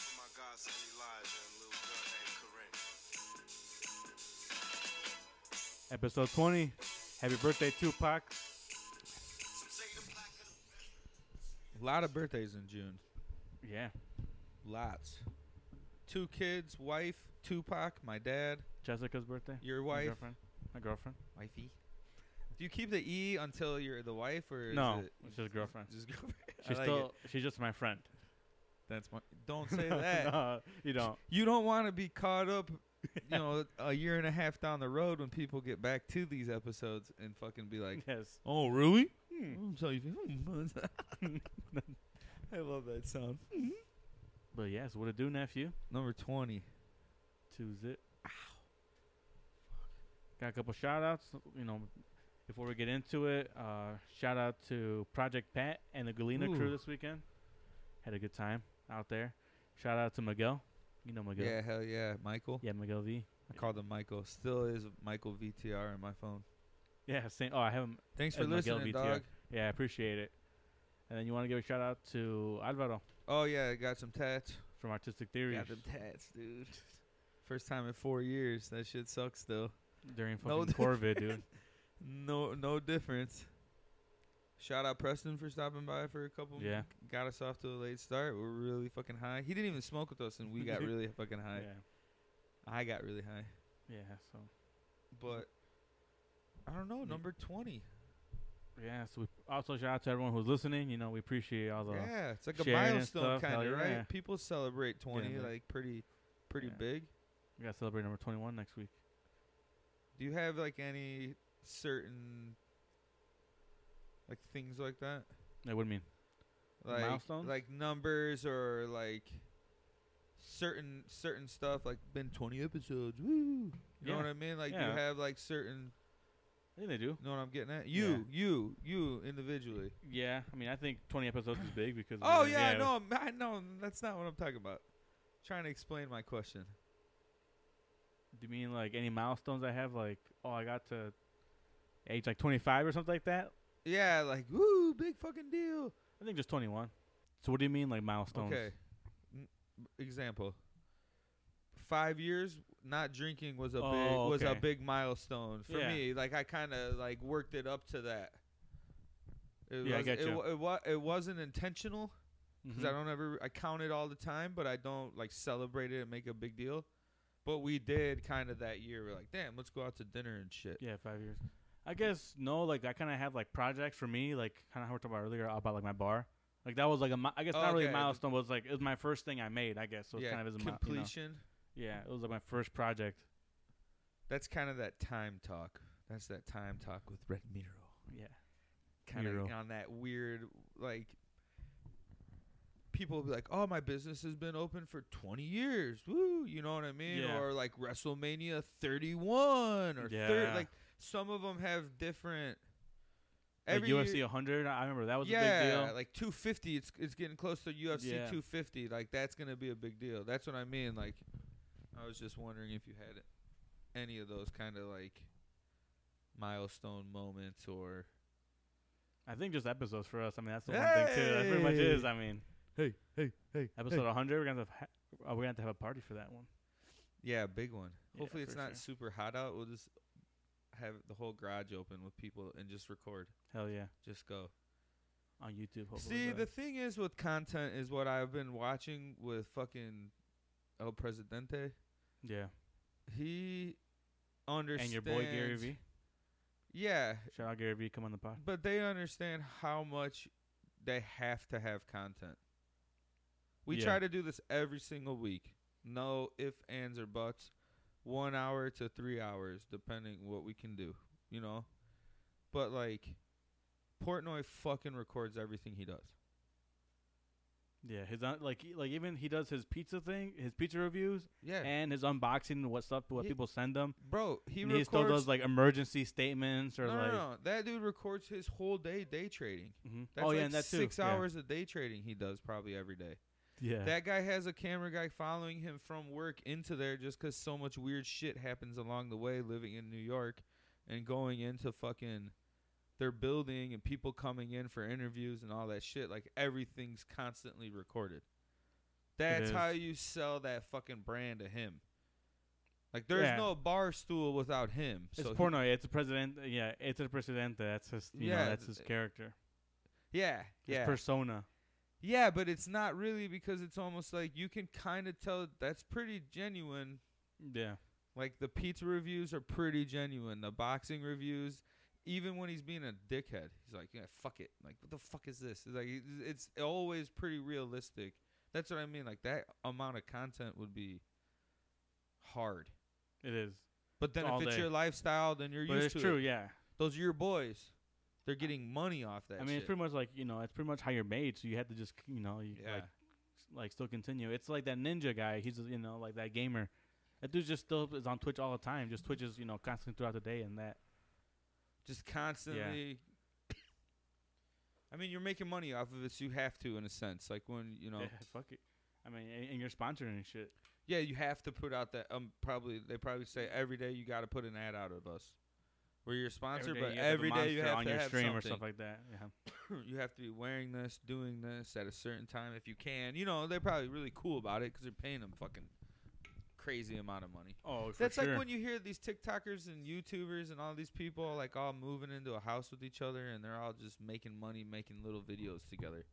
Son Elijah and little girl named Corinne. Episode 20. Happy birthday, Tupac. A lot of birthdays in June. Yeah. Lots. Two kids, wife, Tupac, my dad, Jessica's birthday. your My wife, girlfriend. My girlfriend. wifey. Do you keep the e until you're the wife, or No, Is it it's just girlfriend. Just girlfriend. I She's like it. still, she's just my friend. That's my. Don't say that. no, you don't. You don't want to be caught up. You know, a year and a half down the road when people get back to these episodes and fucking be like, yes. "Oh, really? Hmm. Mm, So you I love that sound. But yes, what it do, nephew? Number 20. Tuesday. Ow. Got a couple shout outs. You know, before we get into it, uh, shout out to Project Pat and the Galena crew Ooh. this weekend. Had a good time out there. Shout out to Miguel. You know Miguel. Yeah, hell yeah. Michael. Yeah, Miguel V. I called him Michael. Still is Michael VTR in my phone. Yeah, same. Oh, I haven't. Thanks for And Miguel listening, VTR. dog. Yeah, I appreciate it. And then you want to give a shout out to Alvaro Oh, yeah. I got some tats. from Artistic Theories Got them tats, dude. First time in four years. That shit sucks, though. during fucking No COVID, dude. No, no difference. Shout out Preston for stopping by for a couple. Yeah. Got us off to a late start. We're really fucking high. He didn't even smoke with us, and we got really fucking Yeah, high. I got really high. yeah. So But I don't know. Yeah. Number 20. yeah, so we also shout out to everyone who's listening. You know, we appreciate all the Yeah, it's like a sharing and milestone stuff, kind hell of, right? yeah. People celebrate 20 man. like pretty pretty Yeah. big. We gotta celebrate number twenty one next week. Do you have like any certain like things like that? That would mean Like Milestones? like numbers or like certain certain stuff like been 20 episodes. Woo. You Yeah. know what I mean? Like Yeah. you have like certain I think they do. you know what I'm getting at? Yeah. You, you, you individually. Yeah, I mean, I think twenty episodes is big because. Oh we- yeah, no, I'm- I know that's not what I'm talking about. Trying to explain my question. Do you mean like any milestones I have? Like, oh, I got to age like twenty five or something like that. Yeah, like woo, big fucking deal. I think just twenty one. So what do you mean like milestones? Okay. N- example. Five years not drinking was a big Oh, was a okay. big milestone for Yeah. me. Like I kind of like worked it up to that. It Yeah, I was, it, getcha. wa- it, wa- it wasn't intentional because Mhm. I don't ever I count it all the time, but I don't like celebrate it and make a big deal. But we did kind of that year. We're like, damn, let's go out to dinner and shit. Yeah, five years. I guess no. Like I kind of have like projects for me. Like kind of how we talked about earlier about like my bar. Like that was like a mi- I guess Oh, not really a okay. milestone. But it was like it was my first thing I made. I guess so. It kind of is a mi- you know. completion. yeah, it was like my first project. That's kind of that time talk. That's that time talk with Red Miro. Yeah. kind of Miro. on that weird like people will be like, "Oh, my business has been open for 20 years." Woo, you know what I mean? Yeah. Or like WrestleMania 31 or Yeah. 30 like some of them have different Like every UFC year- 100, I remember that was a big yeah, deal. like 250 it's it's getting close to UFC Yeah. 250. Like that's going to be a big deal. That's what I mean like I was just wondering if you had any of those kind of like milestone moments or I think just episodes for us. I mean, that's the one thing too. That pretty much is. I mean, Hey, hey, hey. episode 100, we're gonna have to ha- oh, we're gonna have to have a party for that one. Yeah, big one. Yeah, Hopefully it's for not sure. super hot out. We'll just have the whole garage open with people and just record. Hell yeah, Just go. on YouTube. Hopefully, See, but- the thing is with content is what I've been watching with fucking El Presidente. yeah, He understands. and your boy Gary V. Yeah, Shout out Gary V. Come on the pod. but they understand how much they have to have content. We Yeah. try to do this every single week. No if ands, or buts. One hour to three hours, depending what we can do, you know? But, like, Portnoy fucking records everything he does. Yeah, his un- like he- like even he does his pizza thing, his pizza reviews, Yeah. and his unboxing and what stuff what Yeah. people send him. Bro, he and records. he still does like emergency statements or no, no, like. no. That dude records his whole day day trading. Mhm. That's oh yeah, like and that too. six yeah. hours of day trading he does probably every day. Yeah, That guy has a camera guy following him from work into there just 'cause so much weird shit happens along the way living in New York and going into fucking their building and people coming in for interviews and all that shit. Like everything's constantly recorded. That's is. how you sell that fucking brand to him. Like there's Yeah. no bar stool without him. It's so he- porno. It's a president. Yeah, it's a presidente. That's his. You Yeah, know, that's th- his character. yeah, His yeah, persona. yeah. But it's not really because it's almost like you can kind of tell that's pretty genuine. Yeah. Like the pizza reviews are pretty genuine. The boxing reviews, even when he's being a dickhead, he's like, yeah, fuck it. Like what the fuck is this? It's like it's- it's always pretty realistic. That's what I mean. Like that amount of content would be hard. It is. But then all if it's day. your lifestyle, then you're But used it's to true. it. Yeah. Those are your boys. They're getting money off that. I mean, it's shit. pretty much like you know, it's pretty much how you're made. So you had to just you know, you yeah, like like still continue. It's like that ninja guy. He's you know like that gamer. That dude just still is on Twitch all the time. Just twitches you know constantly throughout the day and that. just constantly. I mean, you're making money off of it, so you have to, in a sense. Like when you know, Yeah, fuck it. I mean, and, and you're sponsoring and shit. yeah, you have to put out that. Um, probably they probably say every day you got to put an ad out of us. We're your sponsor, day but you have to every day you monster have on to your have stream something. or stuff like that. Yeah. you have to be wearing this, doing this at a certain time if you can. You know, they're probably really cool about it because they're paying them fucking crazy amount of money. Oh, for That's sure. like when you hear these TikTokers and YouTubers and all these people like all moving into a house with each other and they're all just making money, making little videos together.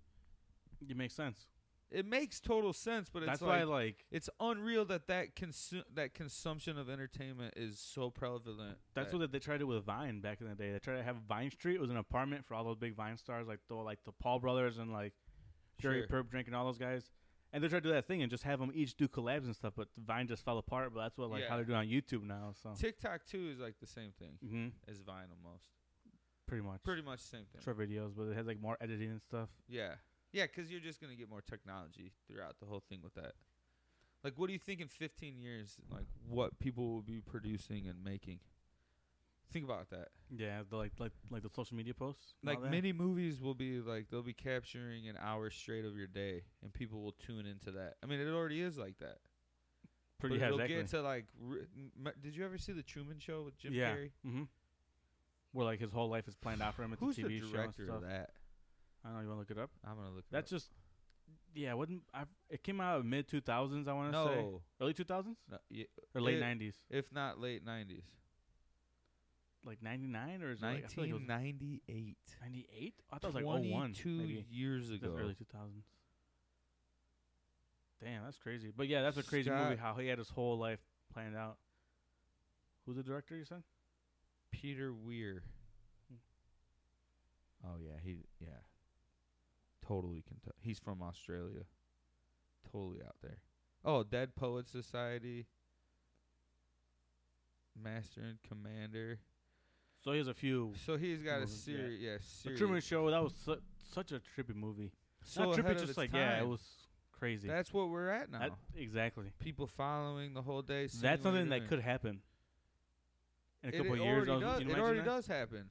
you. It makes sense. It makes total sense, but it's That's why like, like it's unreal that that consu- that consumption of entertainment is so prevalent. That's that- what they tried to do with Vine back in the day. They tried to have Vine Street. It was an apartment for all those big Vine stars, like the like the Paul brothers and like Jerry Sure. Perp Drink and all those guys. And they tried to do that thing and just have them each do collabs and stuff. But Vine just fell apart. But that's what like Yeah. how they're doing on YouTube now. So TikTok too is like the same thing hmm as Vine almost. pretty much Pretty much the same thing. short videos, but it has like more editing and stuff. Yeah. Yeah, because you're just going to get more technology throughout the whole thing with that. Like, what do you think in 15 years, like, what people will be producing and making? Think about that. Yeah, the like like like the social media posts. and Like, all that. many movies will be, like, they'll be capturing an hour straight of your day, and people will tune into that. I mean, it already is like that. pretty but yeah, it'll exactly. get to, like, re- m- did you ever see The Truman Show with Jim yeah. Carrey? Mm-hmm. Where like his whole life is planned out for him. It's Who's a the TV show and director stuff. of that? I don't know. You want to look it up? I'm going to look it That's up. just yeah. Wasn't I? It came out mid two thousands. I want to say No. early two thousands no y- or late It- nineties, if not late 90s. like ninety nine or is it like, I feel like it was 1998. ninety eight? I thought it was like 01, 22 maybe years That's ago. early two thousands. Damn, that's crazy. But yeah, that's a crazy movie. Scott- How he had his whole life planned out. Who's the director? You said Peter Weir. Hmm. Oh yeah, he yeah. Totally can tell. He's from Australia. Totally out there. Oh, Dead Poets Society. Master and Commander. so. He has a few. So he's got a Movies, yeah. series, yeah, The series. Truman Show. That was su- such a trippy movie. so Not ahead trippy, of just its like yeah, it time. was crazy. That's what we're at now. That- exactly. People following the whole day. seeing That's what you're something that doing. could happen. In a It- couple it of years, already I was- does- you it imagine already that? does happen.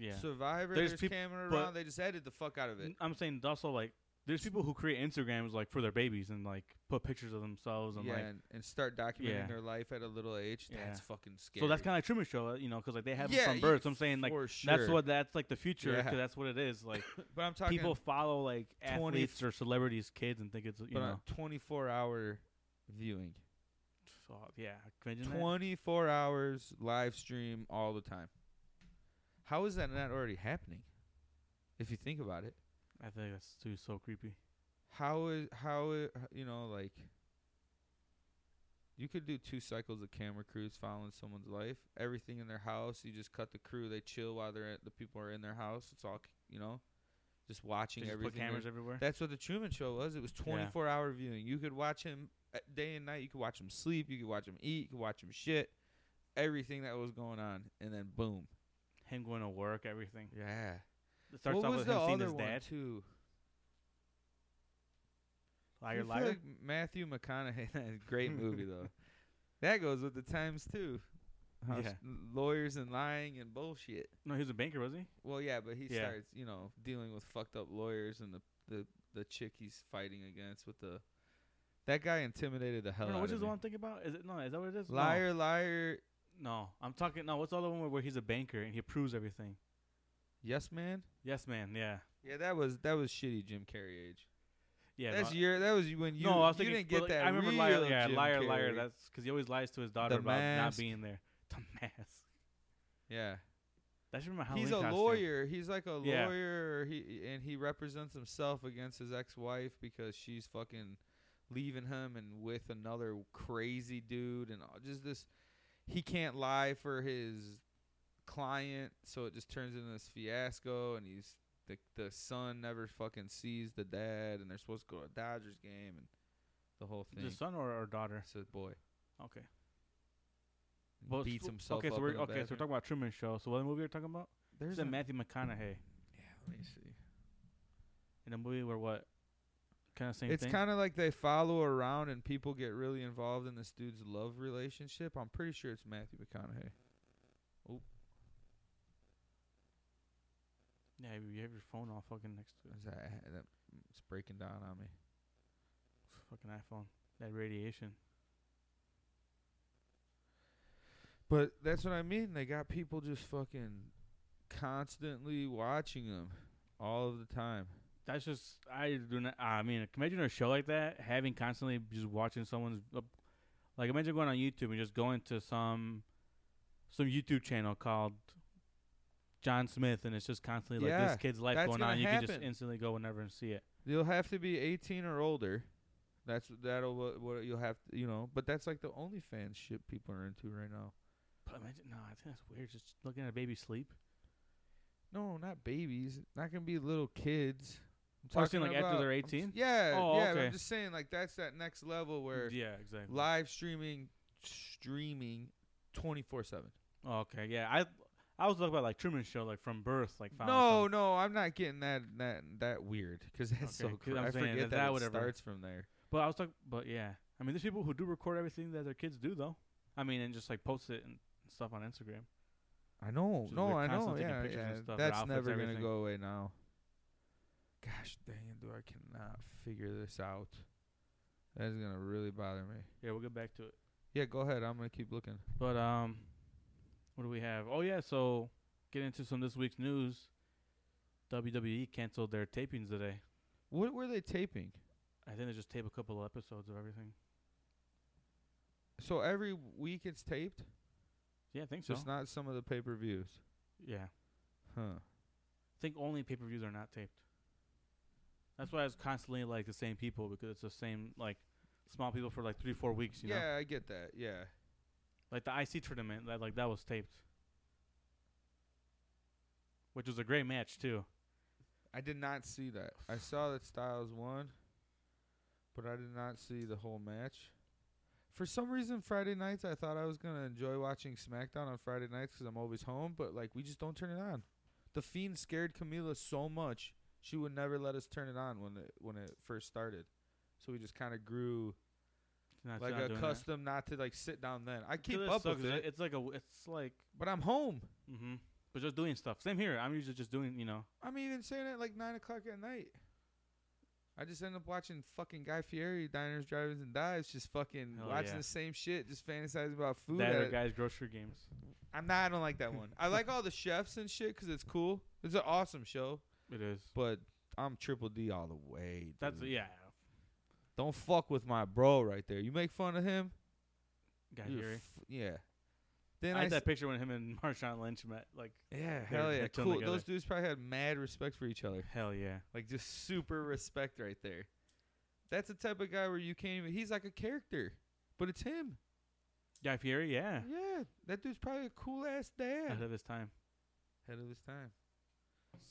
Yeah. Survivor, There's there's, peop- camera but- around. They just added the fuck out of it. N- I'm saying it's also like there's people who create Instagrams like for their babies and like put pictures of themselves and yeah, like and, and start documenting Yeah. their life at a little age. Yeah. That's fucking scary. so that's kind of like Truman Show, uh, you know, because like they have 'em Yeah, from you- birth. So I'm saying like for that's sure. what that's like the future Yeah. because that's what it is. Like But I'm talking people follow like 20 athletes or celebrities, kids, and think it's you but know. a 24 hour viewing, So, yeah, can you imagine that? 24 hours live stream all the time. How is that not already happening? If you think about it, I think that's too so creepy. how is how i- you know like you could do two cycles of camera crews following someone's life, everything in their house. You just cut the crew; they chill while they're at, the people are in their house. It's all c- you know, just They watching just everything. put they're- cameras everywhere. That's what the Truman Show was. It was 24 hour viewing. You could watch him uh, day and night. You could watch him sleep. You could watch him eat. You could watch him shit. Everything that was going on, and then boom. Him going to work, everything. Yeah. It starts what off was with the him seeing other his one dad. too? Liar, I feel liar. like Matthew McConaughey. That's a great movie though. That goes with the times too. How s- Yeah. Lawyers and lying and bullshit. no, he was a banker, was he? Well, yeah, but he Yeah. starts, you know, dealing with fucked up lawyers and the the the chick he's fighting against with the. That guy intimidated the I hell don't know, out which of is the me. one I'm thinking about? Is it no? Is that what it is? No. Liar, liar, No, I'm talking. No, what's the other one where- where he's a banker and he approves everything? yes man. Yes, man. Yeah, Yeah, that was that was shitty Jim Carrey age. Yeah, That's no, your. That was when you. no, I was you thinking. didn't but, get like, that. I remember real liar, yeah, Jim liar, Carrey. liar. That's because he always lies to his daughter The about Mask. not being there. The mask. yeah. That's remember how He's a lawyer. He's like a Yeah. lawyer. He and he represents himself against his ex-wife because she's fucking leaving him and with another crazy dude and all, just this. He can't lie for his client, so it just turns into this fiasco. And he's the the son never fucking sees the dad, and they're supposed to go to a Dodgers game and the whole thing. The son or, or daughter? It's a boy. Okay. He Well, beats so- himself okay, up. so we're in the okay. So we're bathroom. talking about Truman Show. So what movie we're talking about? There's There's a a- Matthew McConaughey Yeah, let me see. in a movie where what? Kind of same it's thing. kind of like they follow around and people get really involved in this dude's love relationship. I'm pretty sure it's Matthew McConaughey. yeah, you have your phone all fucking next to it. Is that, that- it's breaking down on me. Fucking iPhone. That radiation. But that's what I mean. They got people just fucking constantly watching them all of the time. That's just I do not. I mean, imagine a show like that having constantly just watching someone's up- like imagine going on YouTube and just going to some some YouTube channel called John Smith and it's just constantly like Yeah, this kid's life that's going gonna on. You can just happen. instantly go whenever and see it. You'll have to be 18 or older. That's that'll what, what you'll have to, you know. But that's like the OnlyFans shit people are into right now. But imagine no, I think that's weird. Just looking at a baby sleep. No, not babies. Not gonna be little kids. I'm Oh, you're saying, talking like, after they're I'm s- 18? yeah, Oh, yeah. but okay. I'm just saying like that's that next level where Yeah, exactly. live streaming, streaming, twenty four seven. Oh, okay, yeah. I I was talking about like Truman Show, like from birth, like found No, some- no, I'm not getting that that that weird because that's Okay, so 'cause crazy. I'm I saying forget if that, that it would ever- starts from there. But I was talking. But yeah, I mean, there's people who do record everything that their kids do, though. I mean, and just like post it and stuff on Instagram. I know, Just no, they're I know. constantly taking Yeah, pictures and yeah stuff, their that's outfits, never gonna everything. go away now. Gosh dang it, dude! I cannot figure this out. That is gonna really bother me. Yeah, we'll get back to it. Yeah, go ahead. I'm gonna keep looking. But um, what do we have? Oh yeah, so get into some this week's news. WWE canceled their tapings today. What were they taping? I think they just tape a couple of episodes of everything. So every week it's taped, Yeah, I think so. just not some of the pay per views. yeah, I Huh. think only pay per views are not taped. That's why it's constantly like the same people because it's the same like small people for like three four weeks. You know, yeah, I get that. Yeah. like the IC tournament that like that was taped, which was a great match too. I did not see that. I saw that Styles won, but I did not see the whole match. For some reason, Friday nights, I thought I was going to enjoy watching SmackDown on Friday nights 'cause I'm always home, but, like, we just don't turn it on. The Fiend scared Camila so much, she would never let us turn it on when it, when it first started. So we just kind of grew Not- it's like not a doing that. custom not to like sit down then. I keep It up sucks, with it, It's like a w- it's like but I'm home. mm-hmm. But just doing stuff. Same here. I'm usually just doing you know. I'm even saying it like nine o'clock at night. I just end up watching fucking Guy Fieri, Diners, Drivers, and Dives, just fucking Hell watching yeah. the same shit, just fantasizing about food. that I- other guy's grocery games. I'm not. I don't like that one. I like all the chefs and shit because it's cool. It's an awesome show, It is. but I'm triple D all the way. Dude. That's yeah. Don't fuck with my bro right there. You make fun of him. Guy you're Fury. f- yeah. Then I I, had s- that picture when him and Marshawn Lynch met. Like yeah, they're- hell yeah, they're chilling cool. together. Those dudes probably had mad respect for each other. hell yeah. Like just super respect right there. That's the type of guy where you can't even he's like a character. But it's him. Guy Fieri. Yeah. Uh-huh. Yeah. That dude's probably a cool ass Ahead dad. of his time. Ahead of his time.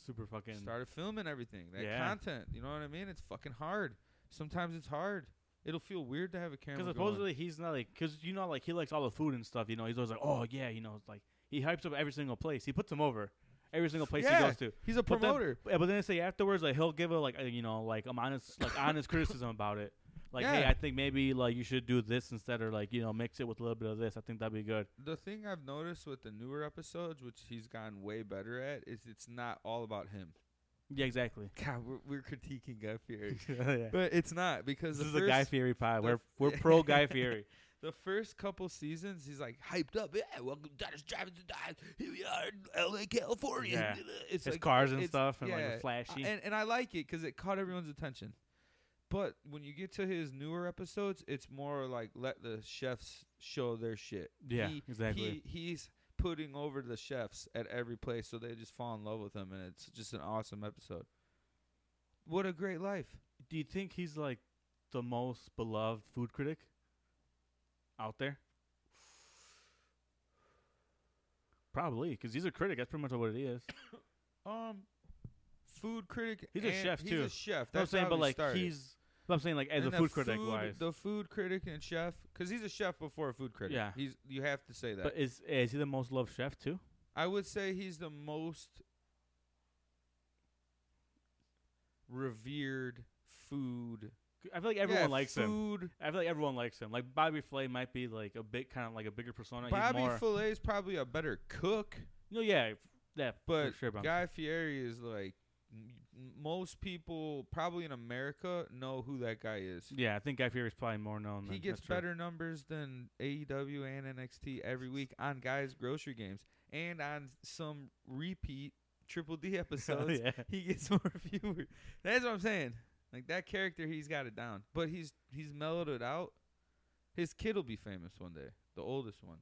Super fucking. Started filming everything. That Yeah. content. You know what I mean? It's fucking hard. Sometimes it's hard. It'll feel weird to have a camera. Because going. supposedly he's not like, because you know, like he likes all the food and stuff. You know, he's always like, oh yeah, you know, it's like he hypes up every single place. He puts him over every single place Yeah. he goes to. he's a But then- promoter. Yeah, but then they say afterwards, like he'll give a like, uh, you know, like I'm honest, like honest criticism about it. Like, hey, Yeah. I think maybe like you should do this instead, or like you know, mix it with a little bit of this. I think that'd be good. the thing I've noticed with the newer episodes, which he's gotten way better at, is it's not all about him. Yeah, exactly. God, we're, we're critiquing Guy Fieri. Yeah. but it's not because This is the a Guy first- Fieri pod. the We're f- we're pro Guy Fieri. The first couple seasons, he's like hyped up. Yeah, welcome to Dodgers Driving to Dives. Here we are in LA, California. Yeah. It's His like- cars and it's- stuff, and like yeah. uh, the flashy. And, and I like it because it caught everyone's attention. But when you get to his newer episodes, it's more like let the chefs show their shit. Yeah, He- exactly. He, he's putting over the chefs at every place, so they just fall in love with him, and it's just an awesome episode. What a great life! Do you think he's like the most beloved food critic out there? Probably, because he's a critic. That's pretty much what it is. Um, food critic. He's a and- chef, he's too. A chef. That's That's what I'm saying, how but we like started. he's. But I'm saying like as And a the food critic wise. the food critic and chef, because he's a chef before a food critic. Yeah. he's you have to say that. But is is he the most loved chef too? I would say he's the most revered food. I feel like everyone Yeah, likes him. food. I feel like everyone likes him. Like Bobby Flay might be like a big kind of like a bigger persona. Bobby he's more, Filet is probably a better cook, no, yeah, f- yeah, but for sure. But I'm- Guy Fieri is like m- m- most people probably in America know who that guy is. yeah, I think Guy Fieri's probably more known. He than- gets that's true. better numbers than AEW and NXT every week on guys' grocery games and on some repeat Triple D episodes. Oh, yeah. He gets more viewers. That's what I'm saying. Like that character, he's got it down, but he's he's mellowed it out. His kid will be famous one day, the oldest one.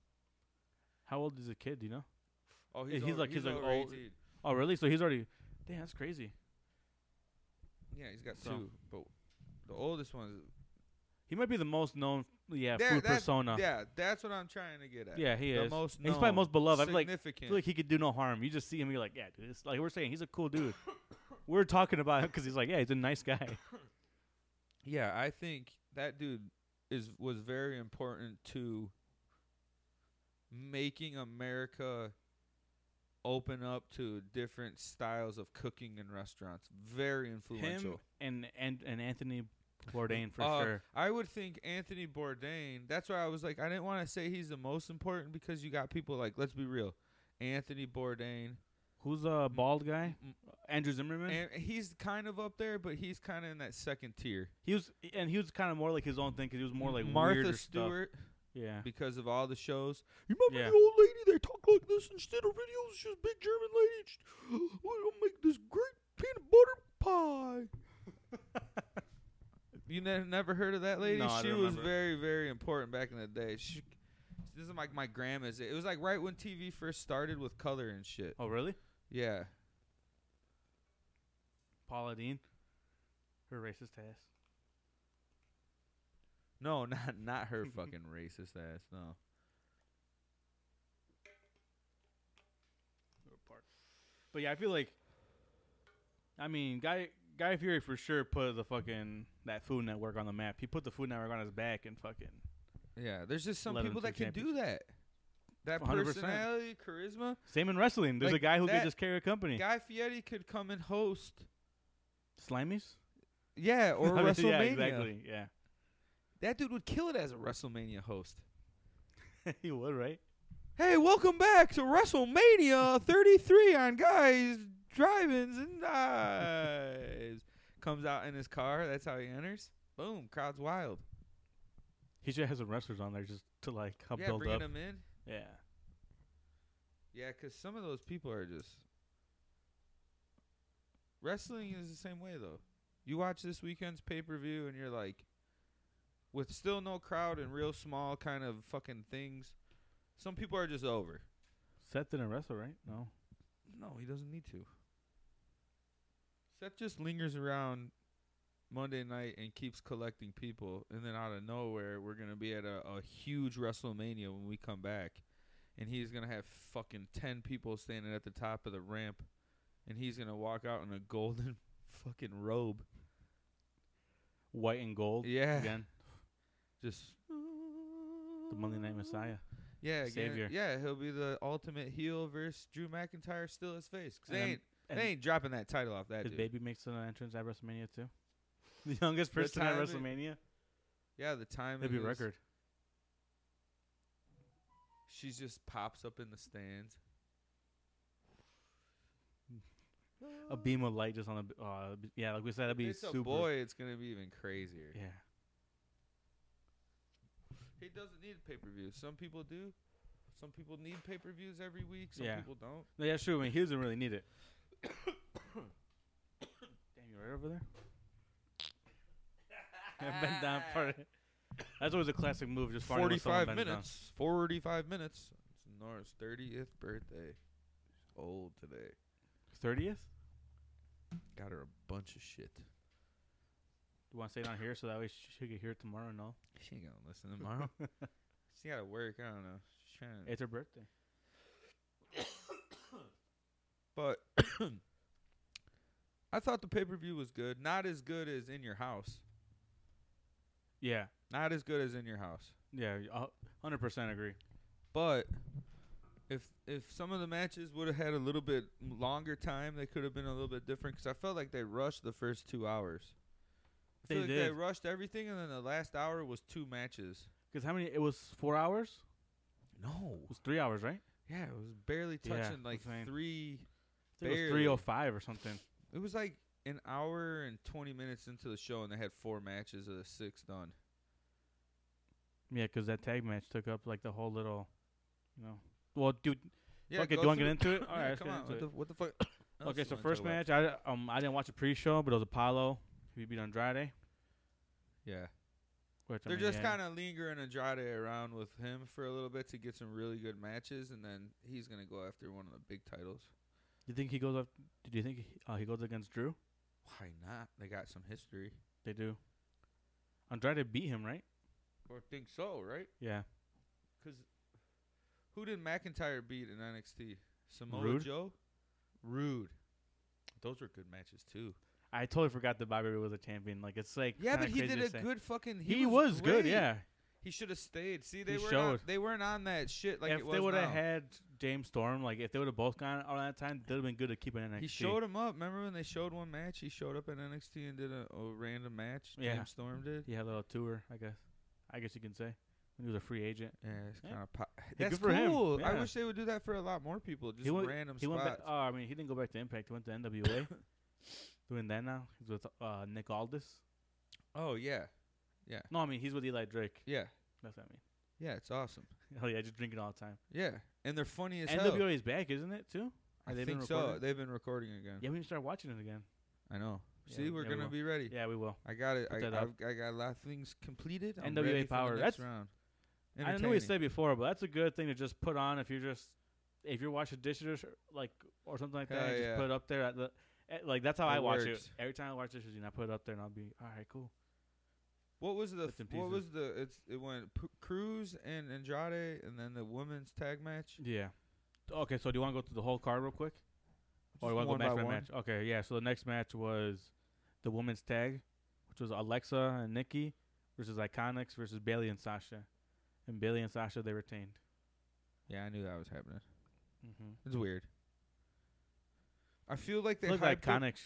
How old is the kid? Do you know? Oh, he's he's over- like- he's he's like over old- 18. Oh, really? So he's already. Damn, that's crazy. Yeah, he's got So- two, but the oldest one's He might be the most known. Yeah, There- food that- persona. Yeah, that's what I'm trying to get at. Uh. Yeah, he the is. most And he's probably known, most beloved. I feel like, I significant. feel like he could do no harm. You just see him, you're like, yeah, dude. This, like we're saying, he's a cool dude. we're talking about him because he's like, yeah, he's a nice guy. yeah, I think that dude is was very important to making America open up to different styles of cooking and restaurants. Very influential. Him and and and Anthony Bourdain for Uh, sure. I would think Anthony Bourdain. That's why I was like, I didn't want to say he's the most important because you got people like, let's be real, Anthony Bourdain. Who's a bald guy? Mm. Andrew Zimmerman. And he's kind of up there, but he's kind of in that second tier. he was, and he was kind of more like his own thing because he was more like Martha weirder Stewart Stuff. Yeah, because of all the shows. You remember Yeah. the old lady that talked like this instead of videos? She's a big German lady. She, we're gonna make this great peanut butter pie. you ne- never heard of that lady? No, I she don't was remember. very, very important back in the day. She, this is like my grandma's. It was like right when TV first started with color and shit. Oh, really? Yeah. Paula Dean. Her racist ass. No, not not her fucking racist ass. No. But yeah, I feel like. I mean, guy Guy Fury for sure put the fucking that Food Network on the map. He put the Food Network on his back and fucking. Yeah, there's just some Led him people to that can do champions. that. That 100%. personality, charisma. Same in wrestling. There's Like a guy who that could just carry a company. Guy Fieri could come and host. Slimies. Yeah, or I mean, WrestleMania. Yeah, exactly. Yeah, That dude would kill it as a WrestleMania host. he would, right? Hey, welcome back to WrestleMania 33 on Guys Drive-ins and Dives. Comes out in his car. That's how he enters. Boom, crowd's wild. He should have some wrestlers on there just to like help yeah, build bringing up. him in. Yeah. Yeah, 'cause some of those people are just. Wrestling is the same way, though. You watch this weekend's pay per view and you're like, with still no crowd and real small kind of fucking things, some people are just over. Seth didn't wrestle, right? No. No, he doesn't need to. Seth just lingers around Monday night and keeps collecting people, and then out of nowhere, we're gonna be at a, a huge WrestleMania when we come back, and he's gonna have fucking ten people standing at the top of the ramp, and he's gonna walk out in a golden fucking robe. White and gold. Yeah, Again, just the Monday Night Messiah. Yeah, again, Savior. Yeah, he'll be the ultimate heel versus Drew McIntyre, still his face. 'Cause And they then- ain't, and they ain't dropping that title off that His dude. baby makes an entrance at WrestleMania too. The youngest The person at time it- WrestleMania. Yeah, the time That'd be a record. She just pops up in the stands. A beam of light just on the. b- Uh, b- yeah, like we said, that'd be it's super. a boy. It's gonna be even crazier. Yeah. He doesn't need pay per view. Some people do. Some people need pay per views every week. Some Yeah. people don't. No, yeah, sure. I mean, he doesn't really need it. Damn, you right over there? bend down for it. That's always a classic move. Just farting when someone 45 bends down. minutes. 45 minutes. It's Nora's 30th birthday. She's old today. Thirtieth. Got her a bunch of shit. You want to stay down here so that way she can hear it tomorrow? No, She ain't gonna listen tomorrow. she gotta work. I don't know. She's trying. it's her birthday. but I thought the pay per view was good. Not as good as in your house. Yeah, Not as good as in your house. yeah, hundred percent agree. But if if some of the matches would have had a little bit longer time, they could have been a little bit different. Because I felt like they rushed the first two hours. I They feel like they did. rushed everything, and then the last hour was two matches. Because how many? It was four hours. No. It was three hours, right? Yeah, it was barely Yeah, touching like that's what I'm saying. three. I think it was three oh five or something. It was like an hour and twenty minutes into the show, and they had four matches of the six done. Yeah, because that tag match took up like the whole little, you know. Well, dude. Yeah, Okay, go do you wanna get through- into it? All yeah, right, let's come get on. into What it. the, what the fuck? What Okay, else so you wanna first talk about? match, I um I didn't watch the pre-show, but it was Apollo. He beat Andrade. Yeah, Which, I they're mean, just yeah. kind of lingering Andrade around with him for a little bit to get some really good matches, and then he's gonna go after one of the big titles. You think he goes up? Do you think he, uh, he goes against Drew? Why not? They got some history. They do. Andrade beat him, right? Or think so, right? Yeah. Because who did McIntyre beat in NXT? Samoa Rude? Joe. Rude. Those were good matches too. I totally forgot that Bobby Roode was a champion. Like it's like Yeah, kinda but he crazy did to a say. good fucking. He, was, good. great. Yeah. He should have stayed. See, they He weren't. On, showed. they weren't on that shit like if it they was would now. have had James Storm, like if they would have both gone all that time, they'd have been good to keep an NXT. He showed him up. Remember when they showed one match? He showed up in NXT and did a, a random match. Yeah. James Storm did. He had a little tour, I guess. I guess you can say when he was a free agent. Yeah, it's Yeah. kind of. Po- That's good for him. cool. I Yeah. wish they would do that for a lot more people. Just went- random He spots. went back. Oh, I mean, he didn't go back to Impact. He went to NWA. Doing that now. He's with uh, Nick Aldis. uh, oh yeah, No, I mean he's with Eli Drake. yeah, That's what I mean. yeah. It's awesome. Hell yeah, I just drink it all the time. Yeah, and they're funny as hell. NWA is back, isn't it? Too. I Have they been think so. recording? They've been recording again. Yeah, we need to start watching it again. I know. Yeah, See, we're yeah, we gonna will. be ready. Yeah, we will. I got it. I, Put that I've, up. I got a lot of things completed. I'm NWA ready for the Power. next That's- round. I know we Entertaining. said before, but that's a good thing to just put on if you're just if you're watching dishes or like or something like that. Hell just yeah. put it up there at the at, like that's how I It watch works. it. Every time I watch dishes, you know, I put it up there and I'll be all right, cool. What was the Bits and what pieces. was the it's it went P- Cruz and Andrade and then the women's tag match. Yeah. Okay, so do you want to go through the whole card real quick, or Just Oh, you want to go match one by by one. match? Okay, yeah. So the next match was the women's tag, which was Alexa and Nikki versus Iconics versus Bailey and Sasha, and Bailey and Sasha they retained. Yeah, I knew that was happening. Mm-hmm. It's weird. I feel like they Look, hyped it- Iconics,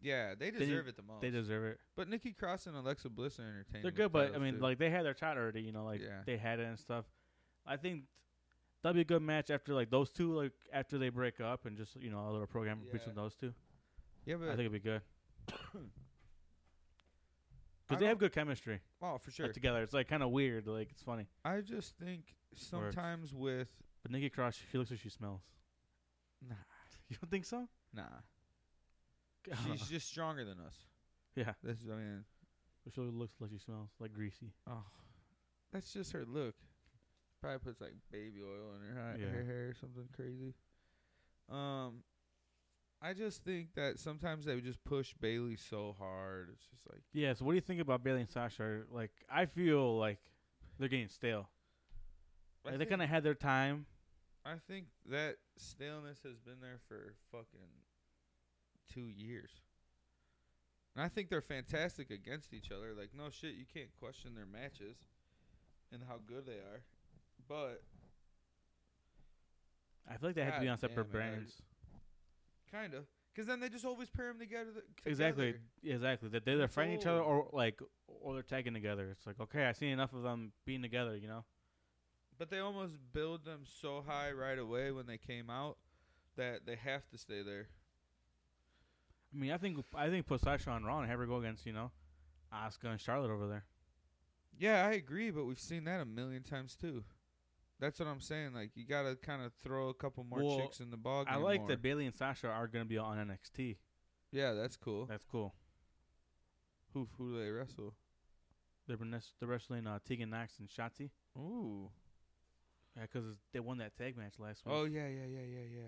Yeah, they They- deserve it the most. they deserve it. But Nikki Cross and Alexa Bliss are entertaining. They're with good, but I titles, mean, too. like they had their shot already. You know, like Yeah. they had it and stuff. I think that'd be a good match after like those two, like after they break up and just you know a little program Yeah. between those two. yeah, but I think it'd be good I because they have don't- good chemistry oh for like, sure. together. It's like kind of weird, like it's funny. I just think sometimes with But Nikki Cross, she looks like she smells. nah You don't think so? nah she's just stronger than us. yeah, That's I mean she looks like she smells like greasy. Oh, that's just her look. Probably puts like baby oil in her, hi- Yeah. her hair or something crazy. Um, I just think that sometimes they would just push Bailey so hard. It's just like Yeah. So what do you think about Bailey and Sasha? Like I feel like they're getting stale. I Like they think- kind of had their time. I think that staleness has been there for fucking two years. And I think they're fantastic against each other. Like, no shit, you can't question their matches and how good they are. But I feel like they had to God be on damn separate it, I- brands. kind of, because then they just always pair them together. Exactly, together. exactly. That they're It's fighting each other, old. or like, or they're tagging together. It's like, okay, I seen enough of them being together. You know, But they almost build them so high right away when they came out that they have to stay there. I mean, I think I think put Sasha on Raw and have her go against you know, Asuka and Charlotte over there. Yeah, I agree, but we've seen that a million times too. That's what I'm saying. Like you gotta kind of throw a couple more Well, chicks in the ball game. I like more. that Bailey and Sasha are gonna be on NXT. Yeah, that's cool. That's cool. Who who do they wrestle? They're, wrest- they're wrestling uh, Tegan Knox and Shotzi Ooh. because they won that tag match last week. Oh yeah, yeah, yeah, yeah,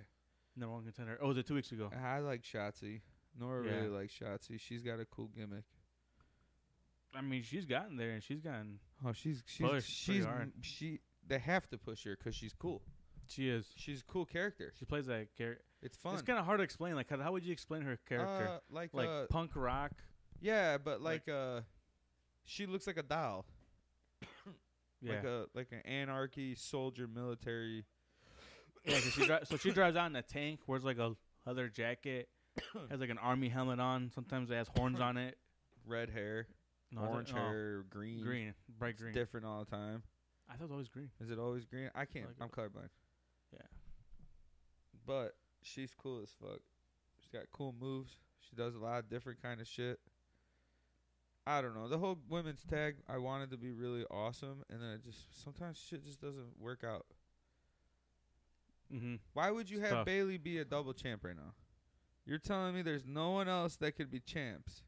number one contender. Oh, was it two weeks ago? yeah. I like Shotzi. Nora Yeah. really likes Shotzi. She's got a cool gimmick. I mean, she's gotten there and she's gotten. Oh, she's she's Pushed pretty she's hard. m- she. They have to push her 'cause she's cool. She is. She's a cool character. She plays that character. It's fun. It's kind of hard to explain. Like, how, how would you explain her character? Uh, like like uh, punk rock. yeah, but like, like- uh, she looks like a doll, Yeah. like a like an anarchy soldier military. Yeah, 'cause she dri- so she drives out in a tank, wears like a leather jacket, has like an army helmet on. Sometimes it has horns on it. Red hair, No, is it- orange no, hair, green. green, bright It's green. different all the time. I thought it was always green. Is it always green? I can't. Like, I'm colorblind. yeah. But she's cool as fuck. She's got cool moves. She does a lot of different kind of shit. I don't know. The whole women's tag I wanted to be really awesome, and then it just sometimes shit just doesn't work out. Mm-hmm. Why would you It's have tough. Bailey be a double champ right now? You're telling me there's no one else that could be champs.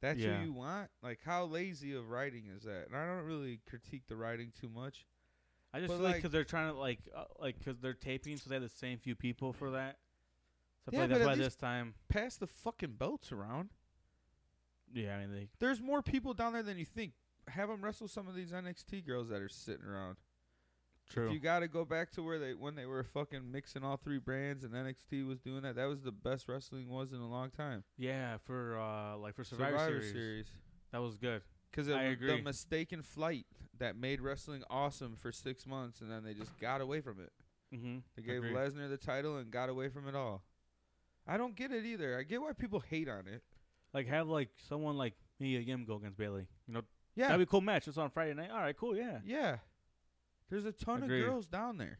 That's Yeah. who you want? Like how lazy of writing is that? And I don't really critique the writing too much. I just But, feel like like- because they're trying to like uh, like because they're taping, so they have the same few people for that. So I feel Yeah, like but that's at why least- this time. Pass the fucking belts around. Yeah, I mean they. There's more people down there than you think. Have them wrestle some of these NXT girls that are sitting around. True. If you got to go back to where they when they were fucking mixing all three brands and NXT was doing that, that was the best wrestling was in a long time. yeah, for uh like for Survivor, series, that was good. Because I the agree. mistaken flight that made wrestling awesome for six months, and then they just got away from it. Mm-hmm. They gave Lesnar the title and got away from it all. I don't get it either. I get why people hate on it. like have like someone like me again go against Bailey. You know Yeah, that'd be a cool match. It's on Friday night. All right, cool. Yeah. yeah. There's a ton Agreed. of girls down there.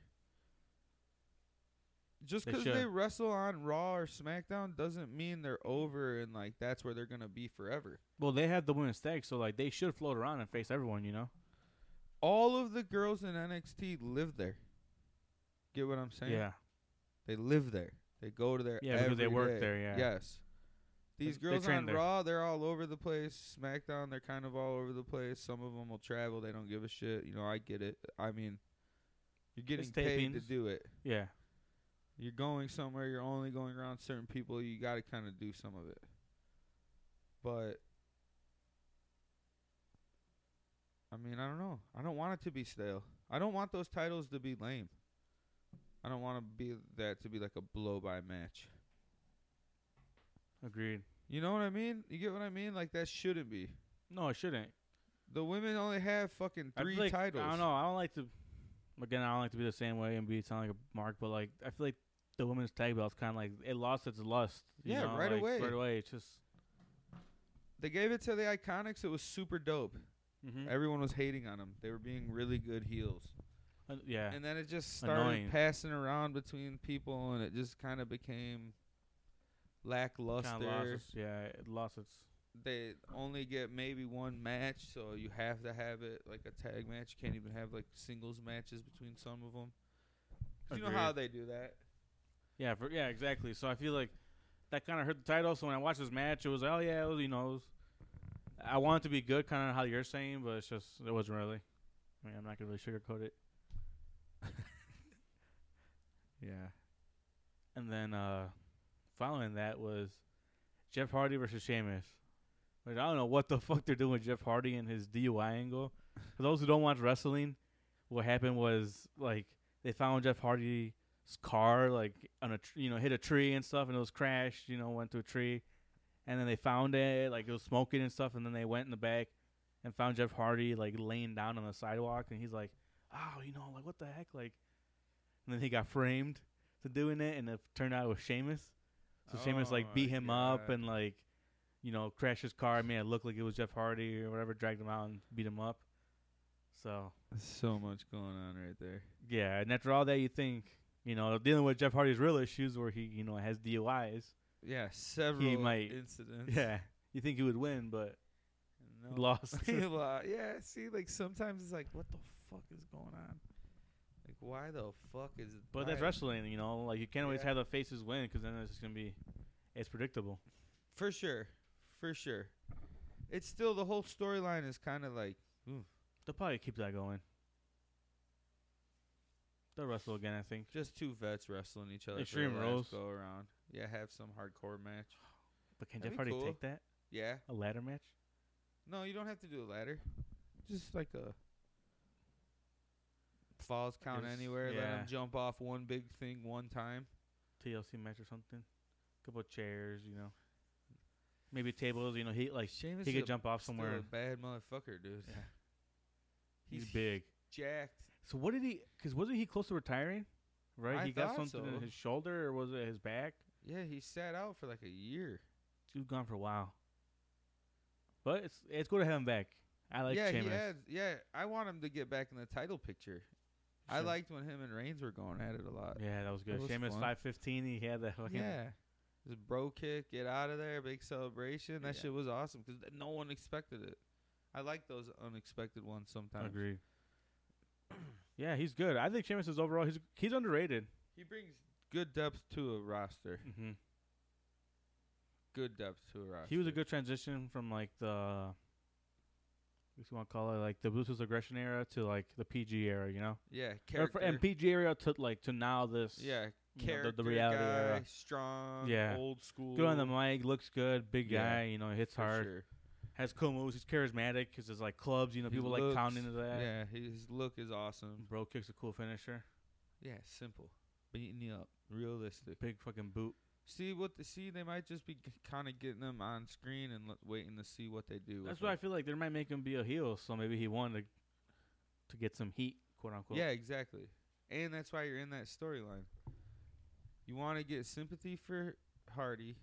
Just They because they, should. wrestle on Raw or SmackDown doesn't mean they're over and like that's where they're gonna be forever. Well, they have the women's tag, so like they should float around and face everyone. You know. All of the girls in NXT live there. Get what I'm saying? Yeah. They live there. They go to there. Yeah, because they every work day. there, yeah. Yes. These They- they girls train on there. Raw, they're all over the place. SmackDown, they're kind of all over the place. Some of them will travel. They don't give a shit. You know, I get it. I mean, you're getting It's paid to tapings. do it. Yeah. You're going somewhere. You're only going around certain people. You got to kind of do some of it. But I mean, I don't know. I don't want it to be stale. I don't want those titles to be lame. I don't want to be that to be like a blow by match. Agreed. You know what I mean? You get what I mean? Like that shouldn't be. No, it shouldn't. The women only have fucking I feel three like- titles. I don't know. I don't like to. Again, I don't like to be the same way and be sound like a mark, but like I feel like the women's tag belt's kind of like it lost its lust. you Yeah, know, right like, away. Right away. It's just. They gave it to the Iconics. It was super dope. Mhm. Everyone was hating on them. They were being really good heels. Uh, yeah. And then it just started Annoying. passing around between people, and it just kind of became Kind of lost lackluster. its. Yeah, it lost its. They only get maybe one match, so you have to have it like a tag match. You can't even have like singles matches between some of them. You know Agreed. how they do that. Yeah, for, yeah, exactly. So I feel like that kind of hurt the title. So when I watched this match, it was oh yeah, it was, you know, it was, I want it to be good, kind of how you're saying, but it's just it wasn't really. I mean, I'm not gonna really sugarcoat it. Yeah. And then uh following that was Jeff Hardy versus Sheamus. Which I don't know what the fuck they're doing with Jeff Hardy and his DUI angle. For those who don't watch wrestling, what happened was like they found Jeff Hardy's car like on a tr- you know hit a tree and stuff, and it was crashed. You know, went to a tree, and then they found it like it was smoking and stuff, and then they went in the back and found Jeff Hardy like laying down on the sidewalk, and he's like, "Oh, you know, like what the heck?" Like, and then he got framed to doing it, and it turned out it was Sheamus. So Sheamus Oh, like beat him up yeah. and like, you know, crashed his car, made it look like it was Jeff Hardy or whatever, dragged him out and beat him up. So So much going on right there. yeah, and after all that, you think you know dealing with Jeff Hardy's real issues where he you know has DUIs. Yeah, several might- incidents. Yeah, you think he would win, but No. he lost. He lo- yeah, see, like sometimes it's like, what the fuck is going on? Like, why the fuck is? but that's why- wrestling, you know. Like you can't always Yeah. have the faces win because then it's just gonna be it's predictable. for sure, for sure. it's still the whole storyline is kind of like They'll probably keep that going. They'll wrestle again, I think. just two vets wrestling each other. Extreme for the rules. last go around. Yeah, have some hardcore match. But can That'd Jeff Hardy be cool. take that? Yeah. A ladder match? No, you don't have to do a ladder. Just like a falls count Is- anywhere. Let yeah. him jump off one big thing one time. TLC match or something? couple of chairs, you know. Maybe tables, you know, he like Sheamus he is could a- jump off Still somewhere. a bad motherfucker, dude. Yeah. He's big. jacked. So what did he? Because wasn't he close to retiring? Right, I he got thought something in so. his shoulder, or was it his back? Yeah, he sat out for like a year. He was gone for a while. But it's it's good to have him back. I like yeah, Sheamus. he had. Yeah, I want him to get back in the title picture. I Sure. liked when him and Reigns were going at it a lot. Yeah, that was That good. was Sheamus fun. five fifteen. He had that fucking. Yeah. It was a bro kick, get out of there, big celebration. That Yeah. shit was awesome because no one expected it. I like those unexpected ones sometimes. Agree. yeah, he's good. I think Sheamus is overall he's he's underrated. He brings good depth to a roster. Mm-hmm. Good depth to a roster. He was a good transition from like the. What you want to call it like the Bluetooth aggression era to like the PG era, you know, yeah or for, character. and PG era to like to now this yeah you know, character the- the, reality guy, era. strong, Yeah. old school. Good on the mic, looks good, big Yeah, guy, you know, hits for hard, sure. has cool moves, he's charismatic because there's like clubs, you know, He people like looks- pounding into that. Yeah, his look is awesome. Bro kicks a cool finisher, Yeah, simple, beating you up, realistic. big fucking boot. See what the see? They might just be kind of getting them on screen and l- waiting to see what they do. with That's why I them. feel like they might make him be a heel, so maybe he wanted to get some heat, quote unquote. Yeah, exactly. And that's why you're in that storyline. You want to get sympathy for Hardy,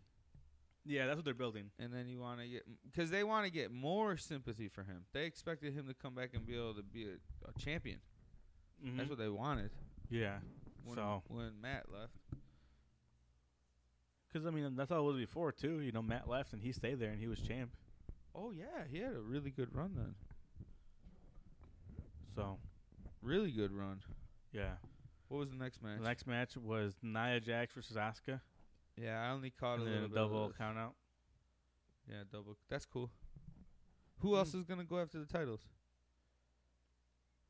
yeah, that's what they're building. and then you want to get because they want to get more sympathy for him. They expected him to come back and be able to be a, a champion. That's what they wanted. Mm-hmm. yeah, When, So- when Matt left, because I mean that's how it was before too. You know, Matt left and he stayed there and he was champ. oh yeah, he had a really good run then. So Really good run. yeah, What was the next match? the next match was Nia Jax versus Asuka, yeah, I only caught and a then little a bit of double this. count out. Yeah, double. That's cool. Who else is gonna go after the titles?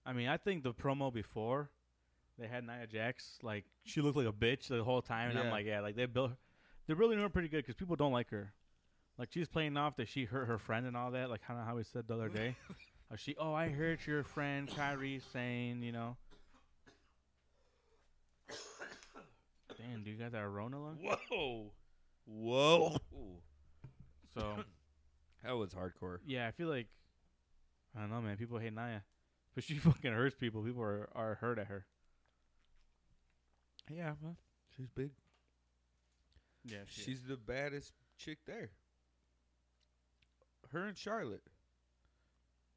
I mean, I think the promo before they had Nia Jax, like she looked like a bitch the whole time, and I'm Yeah. like, yeah, like they built, they're really doing pretty good because people don't like her. Like she's playing off that she hurt her friend and all that, like kind of how we said the other day. How she, oh, I heard your friend Kyrie saying, you know. Damn, do you got that Rona lung? Whoa, whoa. So That was hardcore. yeah, I feel like I don't know, man. People hate Nia, but she fucking hurts people. People are are hurt at her. Yeah, man. She's big. Yeah, She's the baddest chick there. Her and Charlotte.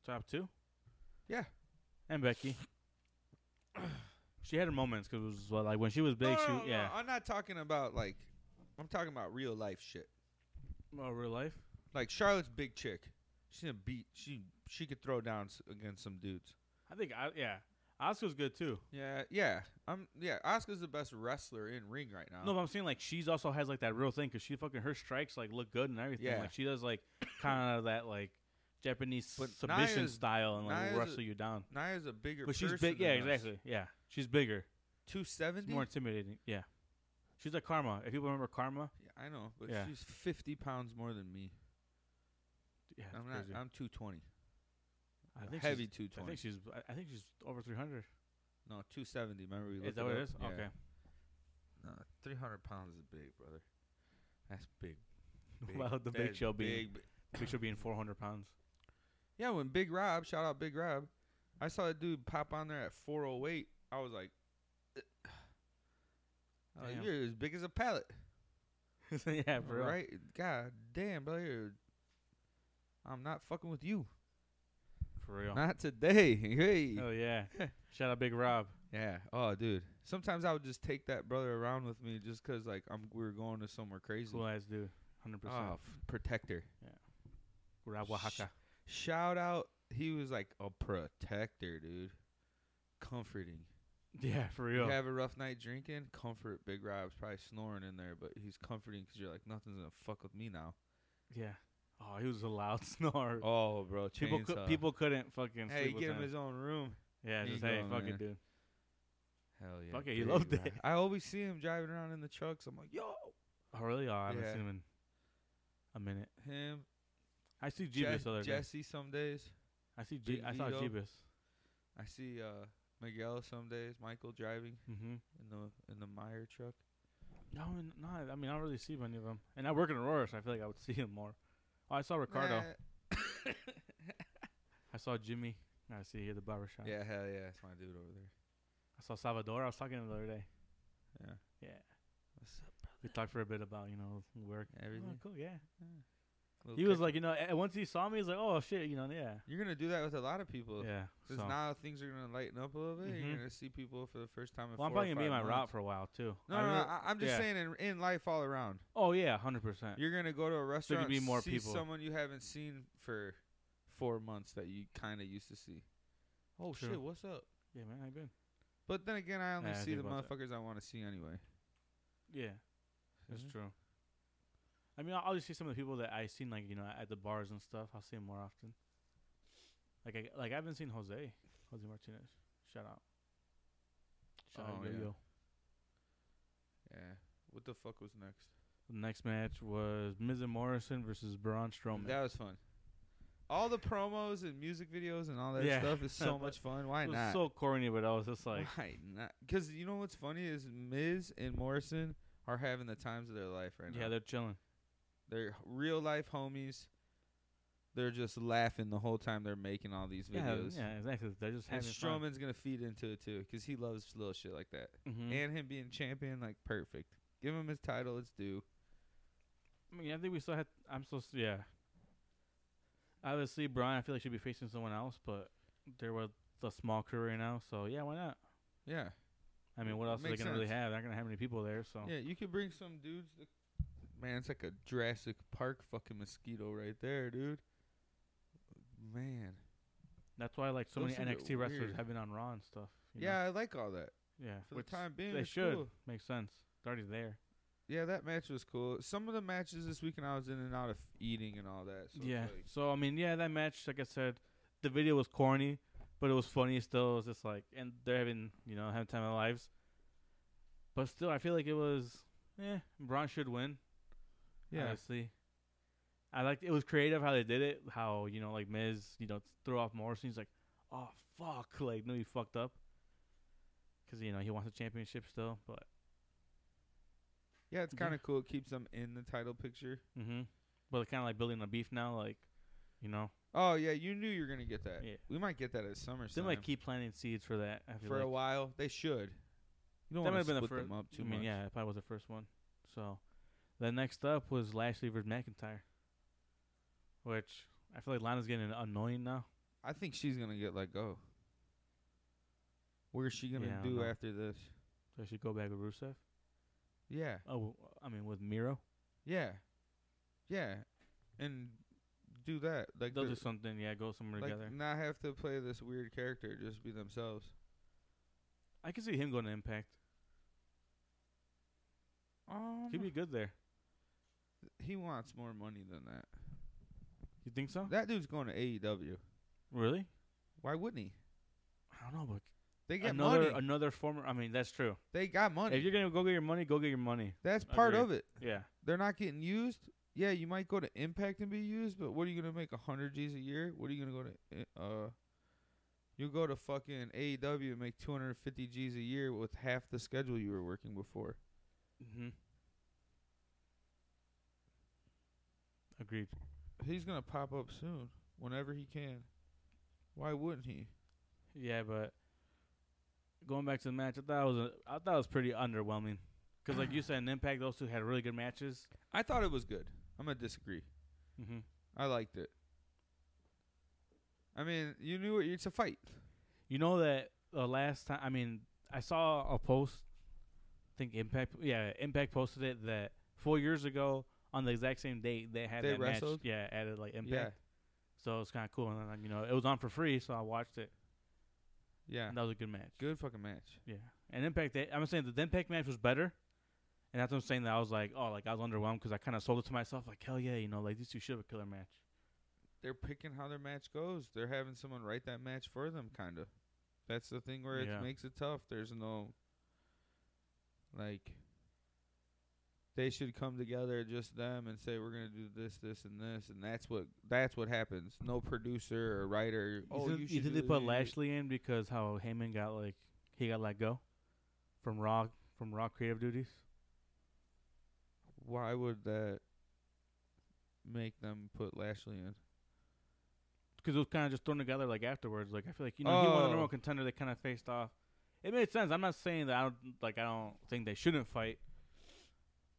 Top two? Yeah. And Becky. she had her moments because it was well, like when she was big, she yeah. I'm not talking about like. I'm talking about real life shit. Oh, real life. Like Charlotte's big chick. She's a beat. She she could throw down s- against some dudes. I think I yeah. Oscar's good too. Yeah, yeah. I'm yeah. Oscar's the best wrestler in ring right now. No, but I'm saying like she's also has like that real thing because she fucking her strikes like look good and everything. Yeah. Like she does like kind of that like Japanese But submission Nia's- style and like Nia's a- wrestle you down. Nia's a bigger. But she's person big. Yeah, than us. exactly. Yeah, she's bigger. It's 270? more intimidating. Yeah. She's like Karma. If people remember Karma, Yeah, I know, but Yeah. she's 50 pounds more than me. yeah, it's I'm not. crazy. I'm 220. I think heavy she's- I 220. think she's. I- I think she's over 300. no, 270. Remember we Is looked that what up? it is? Yeah. Okay. No, 300 pounds is big, brother. That's big. Wow, the Big That's Show being- big, bi- Big Show being 400 pounds. Yeah, when Big Rob, shout out Big Rob, I saw a dude pop on there at 408. I was like, oh, Damn. you're as big as a pallet, yeah, for real. right? God damn, brother. you're- I'm not fucking with you. For real. Not today. Hey. Oh yeah. Shout out Big Rob. Yeah. Oh, dude. Sometimes I would just take that brother around with me just 'cause like I'm we were going to somewhere crazy. Cool ass dude. 100%. Oh, f- protector. Rob Oaxaca. Shout out. He was like a protector, dude. Comforting. Yeah, for You real. have a rough night drinking, comfort Big Rob's probably snoring in there, but he's comforting 'cause you're like nothing's gonna fuck with me now. yeah. Oh, he was a loud snore. Oh, bro, people, chainsaw. cou- people couldn't fucking Hey, sleep get with him him. his own room. yeah, There just you hey, go, fuck man. it, dude. Hell yeah. Fuck it, he big loved it. rat. I always see him driving around in the trucks. I'm like, yo, Oh, really? Oh, I haven't Yeah. seen him in a minute. him. I see Jeebus the Je- other day. Jesse some days. I see. Je- Big I saw Vito. Jeebus. I see uh, Miguel some days. Michael driving Mm-hmm. in the in the Meyer truck. No, I mean, no, I mean I don't really see many of them. And I work in Aurora, so I feel like I would see him more. Oh, I saw Ricardo. I saw Jimmy. I see here at the barber shop. Yeah, hell yeah, that's my dude over there. I saw Salvador. I was talking to him the other day. Yeah. Yeah. What's up? We talked for a bit about you know work. Oh, Everything. cool. Yeah. Little He was kick- like you know a- once he saw me, he's like oh shit you know yeah you're gonna do that with a lot of people. yeah. So. Because now things are gonna lighten up a little bit. You're Mhm. gonna see people for the first time. In Well, I'm four or probably gonna be in my five route months. for a while too. No, I no, no, really- I, I'm just yeah. saying in, in life all around. oh yeah, hundred percent. You're gonna go to a could restaurant, be more see people. someone you haven't seen for four months that you kind of used to see. Oh True. shit, what's up? Yeah, man, I've been. But then again, I only Yeah, I see the think about that. motherfuckers I want to see anyway. Yeah, that's Mhm. true. I mean, I'll I'll just see some of the people that I seen like you know at the bars and stuff. I'll see them more often. Like I like I haven't seen Jose Jose Martinez. Shout out. Shout Oh, out yo yeah. yo. Yeah. What the fuck was next? The next match was Miz and Morrison versus Braun Strowman. That was fun. All the promos and music videos and all that Yeah. stuff is so much fun. Why it was not? so corny, but I was just like, Why not? Because you know what's funny is Miz and Morrison are having the times of their life right yeah, now. they're chilling. they're real life homies. They're just laughing the whole time they're making all these Yeah, videos. yeah, exactly. They're just And having fun. Strowman's gonna feed into it too, cause he loves little shit like that. Mhm. And him being champion, like perfect. Give him his title, it's due. I mean, I think we still had. I'm supposed to. Yeah. Obviously, Brian, I feel like should be facing someone else, but they're with the small crew right now, so yeah, why not? Yeah, I mean, what It else are they makes gonna really sense. have? They're not gonna have many people there, so yeah. You could bring some dudes. That, man, it's like a Jurassic Park fucking mosquito right there, dude. Man. that's why like so Those many things are NXT wrestlers weird. have been on Raw and stuff. you know? Yeah, I like all that. yeah. For Which the time being, they it's should cool. makes sense. They're already there. Yeah, that match was cool. Some of the matches this weekend, I was in and out of eating and all that. So it's yeah. like- So I mean, yeah, that match, like I said, the video was corny, but it was funny still. It was just like, and they're having, you know, having time of their lives. But still, I feel like it was, yeah, Braun should win. yeah. Honestly. I liked it was creative how they did it. How you know, like Miz, you know, threw off Morrison. He's like, "Oh fuck!" Like, no, he fucked up. Because you know he wants a championship still, but Yeah, it's Mhm. kind of cool. It keeps them in the title picture. hmm but they're kind of like building a beef now. Like, you know, Oh yeah, you knew you were gonna get that. Yeah. We might get that at SummerSlam they might keep planting seeds for that. I feel for like. a while. They should. You don't that might want to have been split the first. them up too I mean, much. yeah, it probably was the first one. So, the next up was Lashley versus McIntyre, which I feel like Lana's getting annoying now. I think she's gonna get let go. What is she gonna Yeah, I don't do know. after this? So I should go back with Rusev. Yeah, Oh, w- I mean with Miro. yeah, yeah, and do that like They'll the- do something. Yeah, go somewhere like together. not have to play this weird character. Just be themselves. I can see him going to Impact. Um, He'd be good there. he wants more money than that. You think so? That dude's going to AEW. Really? Why wouldn't he? I don't know, They but get another money. another former. I mean, that's true. they got If money. you're gonna go get your money, go get your money. That's part Agreed. of it. Yeah. They're not getting used. Yeah, you might go to Impact and be used, but what are you gonna make? hundred G's a year? What are you gonna go to? Uh, you go to fucking AEW and make two hundred and fifty G's a year with half the schedule you were working before. Mm-hmm. Agreed. He's gonna pop up soon, whenever he can. Why wouldn't he? Yeah, but going back to the match, I thought it was a, I thought it was pretty underwhelming. Because like you said, in Impact, those two had really good matches. I thought it was good. I'm gonna disagree. Mm-hmm. I liked it. I mean, you knew it. It's a fight. You know that the last time, I mean, I saw a post. I think Impact, yeah, Impact posted it that four years ago on the exact same date they had They that wrestled? match. Yeah, added like Impact. Yeah, So it was kind of cool, and then, like, you know, it was on for free, so I watched it. yeah. And that was a good match. Good fucking match. Yeah, and Impact. They, I'm saying that the Impact match was better, And that's what I'm saying. That I was like, oh, like I was underwhelmed because I kind of sold it to myself. Like hell yeah, you know, like these two should have a killer match. They're picking how their match goes. They're having someone write that match for them, kind of. That's the thing where Yeah. it makes it tough. There's no like they should come together just them and say we're gonna do this, this, and this, and that's what that's what happens. No producer or writer. Oh, either, you should either do they this, put you- Lashley in because how Heyman got like he got let go from Raw from Raw creative duties. Why would that make them put Lashley in? because it was kind of just thrown together like afterwards. Like I feel like you know he was the number Oh. one contender. They kind of faced off. It made sense. I'm not saying that I don't like I don't think they shouldn't fight,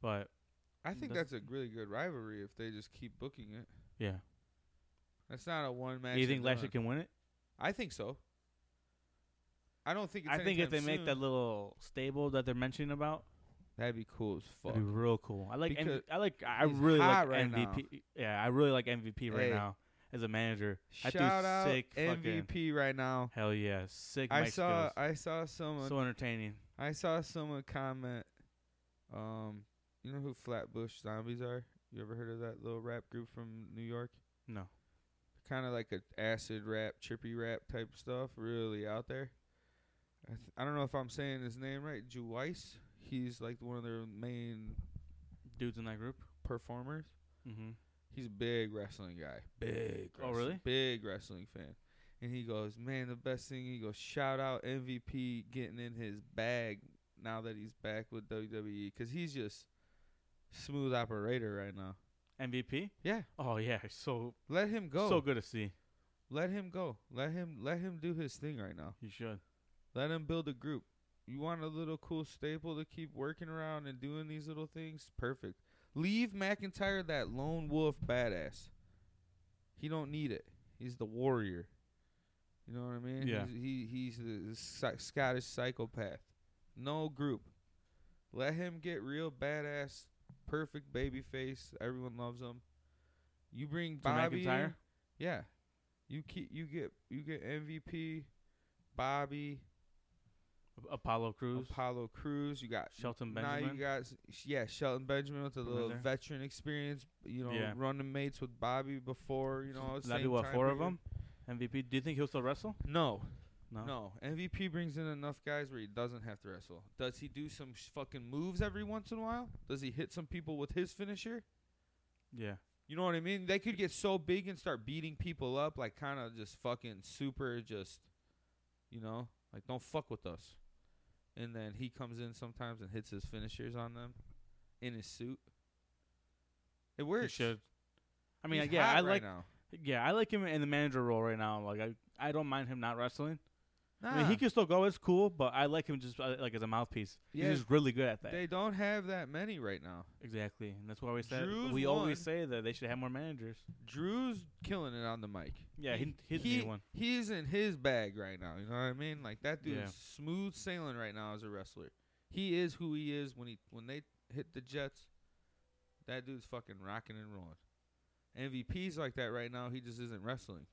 but I think That's- that's a really good rivalry if they just keep booking it. yeah. That's not a one match. Do you and think Lashley done. can win it? I think so. I don't think. It's I think if they anytime make that soon. little stable that they're mentioning about, that'd be cool as fuck. it'd be real cool. I like MV- Because I like I he's really like hot right now. MVP. Yeah, I really like MVP right Hey. now as a manager. That dude's Shout out sick fucking- MVP right now. Hell yeah, sick. I mic saw skills. I saw someone so entertaining. I saw someone comment. Um, you know who Flatbush Zombies are? You ever heard of that little rap group from New York? No. Kind of like a acid rap, trippy rap type stuff. Really out there. I, th- I don't know if I'm saying his name right. Juice. He's like one of their main Dudes in that group. performers. Mm-hmm. He's a big wrestling guy. Big. Oh, wrestling- really? Big wrestling fan. And he goes, man, the best thing. He goes, shout out MVP getting in his bag now that he's back with WWE because he's just smooth operator right now. MVP. Yeah, Oh yeah, so let him go. So good to see. Let him go. Let him. Let him do his thing right now. You should. Let him build a group. You want a little cool staple to keep working around and doing these little things? Perfect. Leave McIntyre that lone wolf badass. He don't need it. He's the warrior. You know what I mean? Yeah. He's, he he's the Sc- Scottish psychopath. No group. Let him get real badass, perfect baby face. Everyone loves him. You bring To Bobby. in- McIntyre? yeah. You keep you get you get MVP, Bobby, Apollo Cruz. Apollo Cruz. You got Shelton Now Benjamin. you got s- yeah, Shelton Benjamin with a Over little there. veteran experience. You know, Yeah. running mates with Bobby before. You know, That'd be same what time four of them. period. MVP. Do you think he'll still wrestle? No, No. no. MVP brings in enough guys where he doesn't have to wrestle. Does he do some sh- fucking moves every once in a while? Does he hit some people with his finisher? Yeah. You know what I mean? They could get so big and start beating people up, like kind of just fucking super, just you know, like don't fuck with us. And then he comes in sometimes and hits his finishers on them in his suit. It works. He should. I mean, He's yeah, hot I right like. now. Yeah, I like him in the manager role right now. Like, I, I don't mind him not wrestling. Nah, I mean, he can still go. It's cool, but I like him just uh, like as a mouthpiece. Yeah, He's just really good at that. they don't have that many right now. exactly, and that's why we said Drew's we always one. say that they should have more managers. Drew's killing it on the mic. Yeah, he, he's the he- new one. He's in his bag right now. You know what I mean? Like that dude's Yeah. smooth sailing right now as a wrestler. He is who he is when he when they hit the Jets. That dude's fucking rocking and rolling. MVP's like that right now. He just isn't wrestling,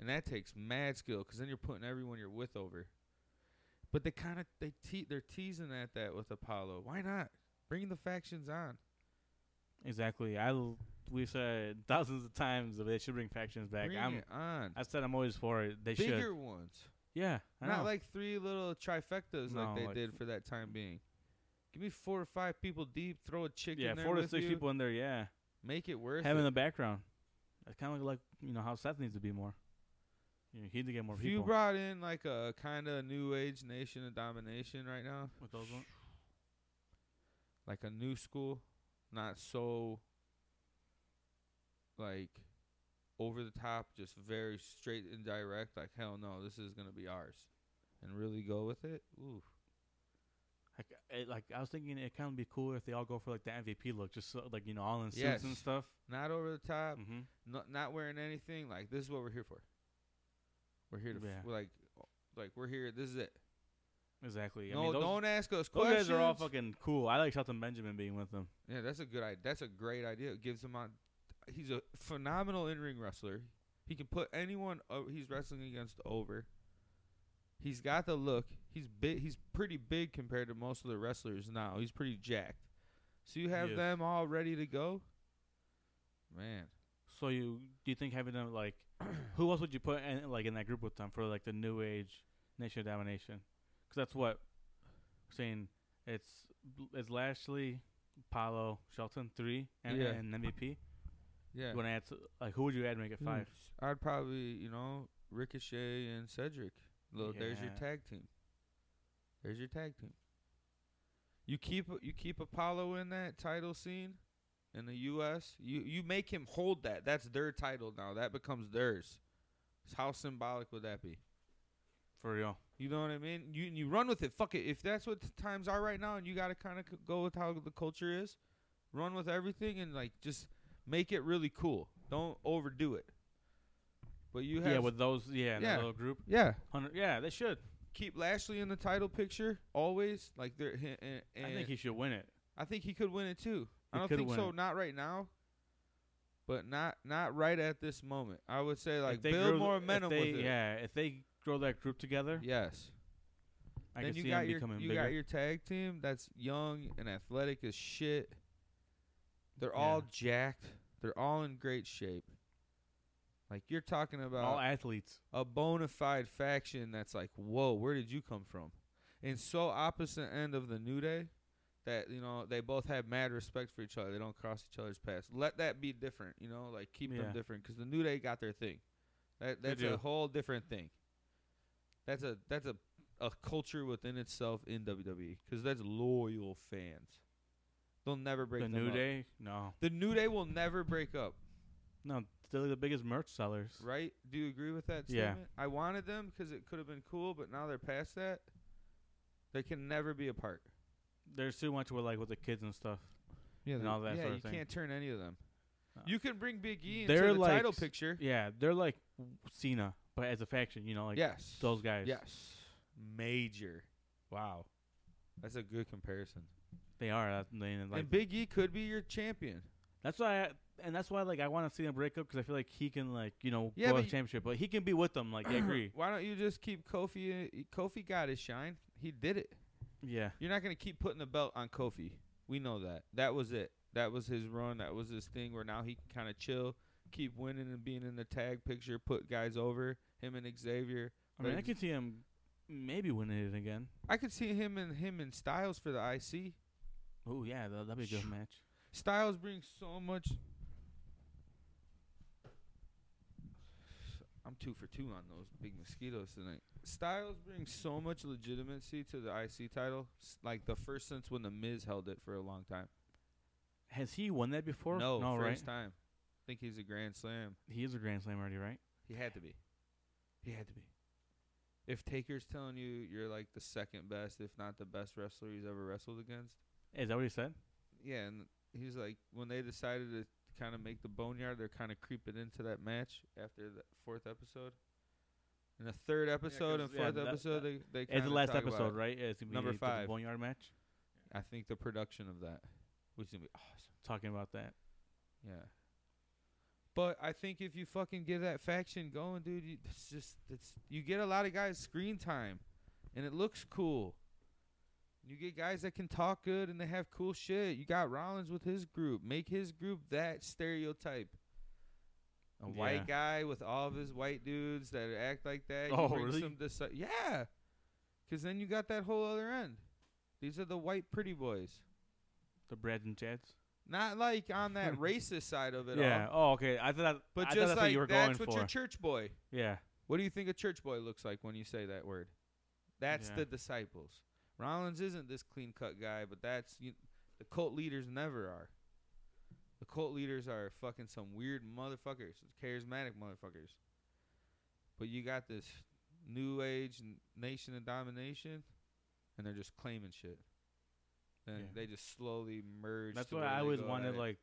and that takes mad skill because then you're putting everyone you're with over. But they kind of they te- they're teasing at that with Apollo. Why not bring the factions on? Exactly. I l- we said thousands of times that they should bring factions back. bring I'm. it on. I said I'm always for it. They Bigger should. ones. Yeah. I know. Not like three little trifectas No, like they like- did for that time being. Give me four or five people deep. Throw a chick yeah, in there four to with six you, people in there. Yeah. Make it worth having it. the background. That's kind of like you know how Seth needs to be more. You know, he needs to get more if you people. brought in like a kind of new age nation of domination right now, with those ones. like a new school, not so like over the top, just very straight and direct. Like hell no, this is gonna be ours, and really go with it. Ooh, Like, it, like I was thinking, it kind of be cool if they all go for like the MVP look, just so, like you know, all in suits and Yes. stuff. not over the top. Mm-hmm. no, not wearing anything. Like this is what we're here for. We're here to f- Yeah. we're like, like we're here. This is it. Exactly. I no, mean, those, don't ask us those questions. guys are all fucking cool. I like Shelton Benjamin being with them. yeah, that's a good idea. That's a great idea. It gives him on. He's a phenomenal in ring wrestler. He can put anyone o- he's wrestling against over. He's got the look. He's big. He's pretty big compared to most of the wrestlers now. He's pretty jacked. So you have Yes. them all ready to go. Man, So you do you think having them like who else would you put in like in that group with them for like the new age nation of domination? Because that's what we're saying. It's it's Lashley, Paulo, Shelton three, and, Yeah. and MVP. yeah. You want to add s- like who would you add to make it five? I'd probably, you know, Ricochet and Cedric. Look, there's your Yeah. tag team. There's your tag team. You keep you keep Apollo in that title scene in the US. You you make him hold that. That's their title now. That becomes theirs. How symbolic would that be? For real, You know what I mean? You you run with it. Fuck it. If that's what the times are right now, and you got to kind of c- go with how the culture is, run with everything and like just make it really cool. Don't overdo it. But you have yeah. With those, yeah, in Yeah. that little group, yeah. hundred, yeah, they should. Keep Lashley in the title picture always. Like there, and, and I think he should win it. could win it too. I He don't could think win so. it. Not right now. But not not right at this moment. I would say like if they build grew- more if momentum they- with it. Yeah, if they grow that group together, Yes. I then can you see got them your becoming you bigger. got your tag team that's young and athletic as shit. They're all Yeah. jacked. They're all in great shape. Like you're talking about All athletes. a bona fide faction that's like, whoa, where did you come from? And so opposite end of the New Day that, you know, they both have mad respect for each other. They don't cross each other's paths. Let that be different, you know, like keep them Yeah. different because the New Day got their thing. That, They that's a do. whole different thing. That's a that's a, a culture within itself in WWE because that's loyal fans. They'll never break The them New up. Day, no, The New Day will never break up. no, they're the biggest merch sellers. Right? Do you agree with that Yeah. statement? I wanted them because it could have been cool, but now they're past that. They can never be apart. There's too much with like with the kids and stuff. Yeah, and all that yeah, sort you of thing. can't turn any of them. No. You can bring Big E into They're the like title s- picture. Yeah, they're like Cena, but as a faction, you know, like yes, those guys. Yes, major. Wow, that's a good comparison. they are. That's, they, like, and Big E could be your champion. that's why, I, and that's why, like, I want to see them break up because I feel like he can, like, you know, Yeah, go but to the y- championship, but he can be with them. Like, I agree. Why don't you just keep Kofi? uh, Kofi got his shine. He did it. Yeah, You're not gonna keep putting the belt on Kofi. We know that. That was it. That was his run. That was his thing. Where now he can kind of chill, keep winning and being in the tag picture, put guys over him and Xavier. I mean, I Like, can see him maybe winning it again. I could see him and him and Styles for the IC. Oh yeah, that, that'd be a good match. Styles brings so much. I'm two for two on those big mosquitoes tonight. Styles brings so much legitimacy to the IC title, s- like the first since when the Miz held it for a long time. Has he won that before? no, no, right? first time. I think he's a grand slam. He is a Grand Slam already, right? He had to be. He had to be. If Taker's telling you you're like the second best, if not the best wrestler he's ever wrestled against, Is that what he said? yeah, and he's like when they decided to kind of make the boneyard, they're kind of creeping into that match after the fourth episode. In the third episode 'cause, and yeah, fourth that- episode, that- they they It's the kinda last talk about episode, it. right? It's gonna be Number the- the five. boneyard match. I think the production of that, which is gonna be awesome. Talking about that. Yeah. But I think if you fucking get that faction going, dude, you, it's just it's you get a lot of guys screen time, and it looks cool. You get guys that can talk good and they have cool shit. You got Rollins with his group. Make his group that stereotype. A Yeah. white guy with all of his white dudes that act like that. You Oh, bring really? some deci- yeah. Because then you got that whole other end. These are the white pretty boys. The Brads and Chads. Not like on that racist side of it all. Yeah. Oh, okay. I thought. um, But I thought just that's like what you were that's going what your for. church boy. yeah. What do you think a church boy looks like when you say that word? That's Yeah. the disciples. Rollins isn't this clean cut guy, but that's you, the cult leaders never are. The cult leaders are fucking some weird motherfuckers, charismatic motherfuckers. But you got this new age n- nation of domination, and they're just claiming shit. And Yeah. they just slowly merge. That's to why where I they always go at wanted it. like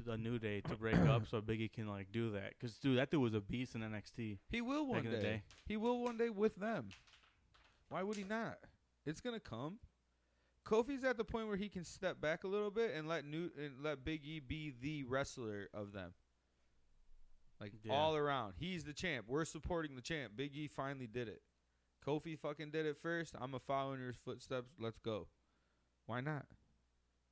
the New Day to break up so Biggie can like do that. Cause dude, that dude was a beast in NXT he will one back in the day. day. He will one day with them. Why would he not? It's gonna come. Kofi's at the point where he can step back a little bit and let new and let Big E be the wrestler of them. Like Yeah. all around, he's the champ. We're supporting the champ. Big E finally did it. Kofi fucking did it first. I'm a follow in your footsteps. Let's go. Why not?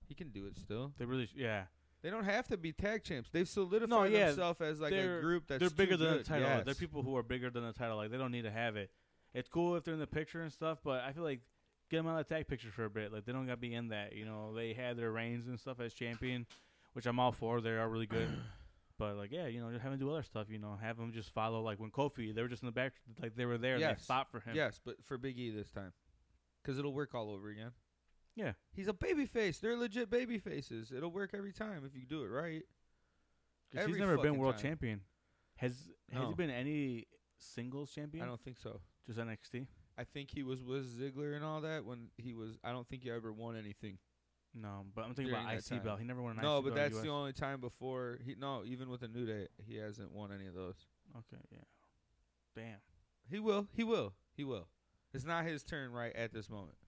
He can do it still. They really, sh- yeah. They don't have to be tag champs. They've solidified yeah, themselves as like a they're- group that's they're bigger too than the good. title. Yes. They're people who are bigger than the title. Like they don't need to have it. It's cool if they're in the picture and stuff, but I feel like get them out of the tag picture for a bit. Like they don't got to be in that. You know, they had their reigns and stuff as champion, which I'm all for. They are really good. But like, yeah, you know, just have them do other stuff. You know, have them just follow. Like when Kofi, they were just in the back, like they were there and they Yes. fought for him. Yes, but for Big E this time, because it'll work all over again. Yeah. he's a baby face. They're legit baby faces. It'll work every time if you do it right. 'Cause he's Every never been fucking world time. champion. Has has No. he been any singles champion? I don't think so. Just NXT. I think he was with Ziggler and all that when he was. I don't think he ever won anything. No, but I'm thinking During about that IC time. belt. He never won an no, IC belt but in that's the US. only time before he. No, even with the New Day, he hasn't won any of those. Okay, yeah. Damn. He will. He will. He will. It's not his turn right at this moment.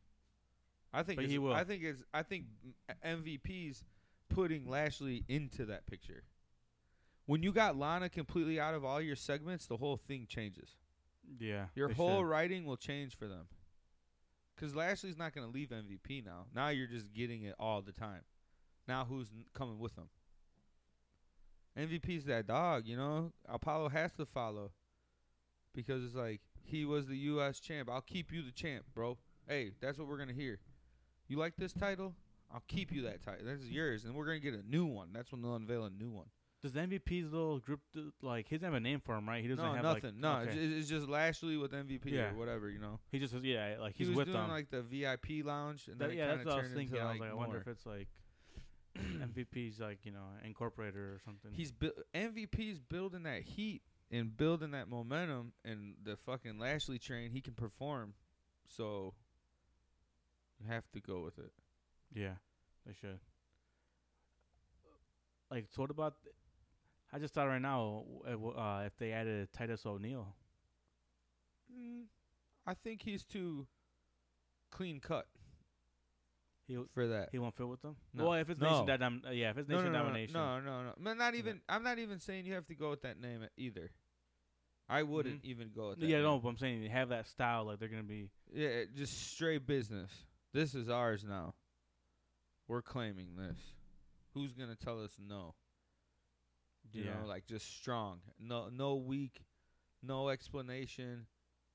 I think But it's- he will. I think it's. I think m- MVP's putting Lashley into that picture. When you got Lana completely out of all your segments, the whole thing changes. Yeah. Your they whole should. writing will change for them. Because Lashley's not going to leave MVP now. Now you're just getting it all the time. Now who's n- coming with him? MVP's that dog, you know? Apollo has to follow. Because it's like, he was the U.S. champ. I'll keep you the champ, bro. Hey, that's what we're going to hear. You like this title? I'll keep you that title. That's yours. And we're going to get a new one. That's when they'll unveil a new one. Does the MVP's little group do, like he doesn't have a name for him, right? He doesn't no, have Like, nothing. no, okay. it's, ju- it's just Lashley with MVP Yeah. or whatever, you know? he just was yeah, like He he's was with doing them. like the VIP lounge, and That- then it yeah, kinda that's what I was turned into, thinking. I was like, like, I wonder more. if it's like MVP's like you know incorporated or something. he's bu- MVP's building that heat and building that momentum, and the fucking Lashley train he can perform, so you have to go with it. yeah, they should. Like, so what about? th- I just thought right now uh, w- uh, if they added Titus O'Neil, Mm, I think he's too clean cut he w- for that. he won't fit with them. No. Well, if it's No. nation that dom- uh, yeah, if it's No, nation no, no, no, domination, No, no, no, no. Not even. I'm not even saying you have to go with that name uh, either. I wouldn't even go with that. Mm-hmm. yeah, name. no. But I'm saying they have that style, like they're gonna be Yeah, it- just straight business. This is ours now. We're claiming this. Who's gonna tell us no? You Yeah. know, like just strong. No, no weak. No explanation.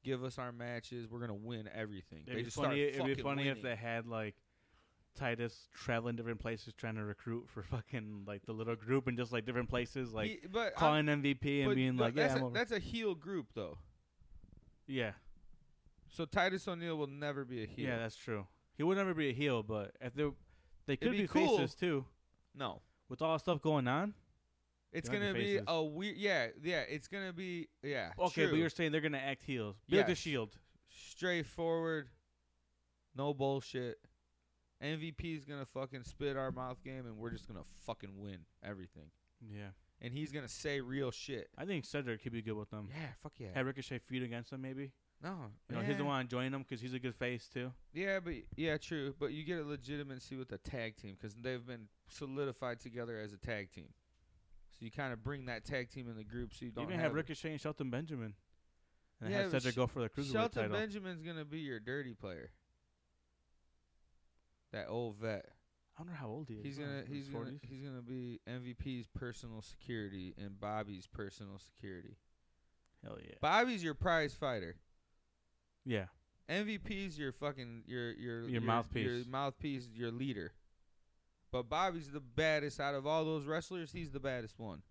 Give us our matches. We're gonna win everything. It'd they be just funny. start It'd be fucking funny if winning. they had like Titus traveling different places trying to recruit for fucking like the little group and just like different places, like He- but I- calling MVP and but being tho- like, that's yeah, I'm a, over. that's a heel group though. yeah, So Titus O'Neil will never be a heel. yeah, that's true. He would never be a heel, but if they they could be be, cool. faces too no. with all the stuff going on. It's They might be gonna be faces. a weird. Yeah, yeah. It's gonna be yeah. Okay, true. but you're saying they're gonna act heels, be like the Yes. Shield. straightforward, no bullshit. MVP is gonna fucking spit our mouth game, and we're just gonna fucking win everything. Yeah, And he's gonna say real shit. I think Cedric could be good with them. Yeah, fuck yeah. Have Ricochet feud against them, maybe. No, Um, You know, yeah. he's the one joining them because he's a good face too. Yeah, but yeah, true. But you get a legitimacy with a tag team because they've been solidified together as a tag team. So you kind of bring that tag team in the group, so you don't Even have, have Ricochet and Shelton Benjamin, and Yeah, have but Cedric Sh- go for the cruiserweight Shelton title. Benjamin's gonna be your dirty player. That old vet. I wonder how old he is. He's Oh, gonna in his he's gonna 40s? he's gonna be MVP's personal security and Bobby's personal security. Hell yeah. Bobby's your prize fighter. Yeah. MVP's your fucking your your Your mouthpiece. Your mouthpiece, your leader. But Bobby's the baddest out of all those wrestlers, he's the baddest one.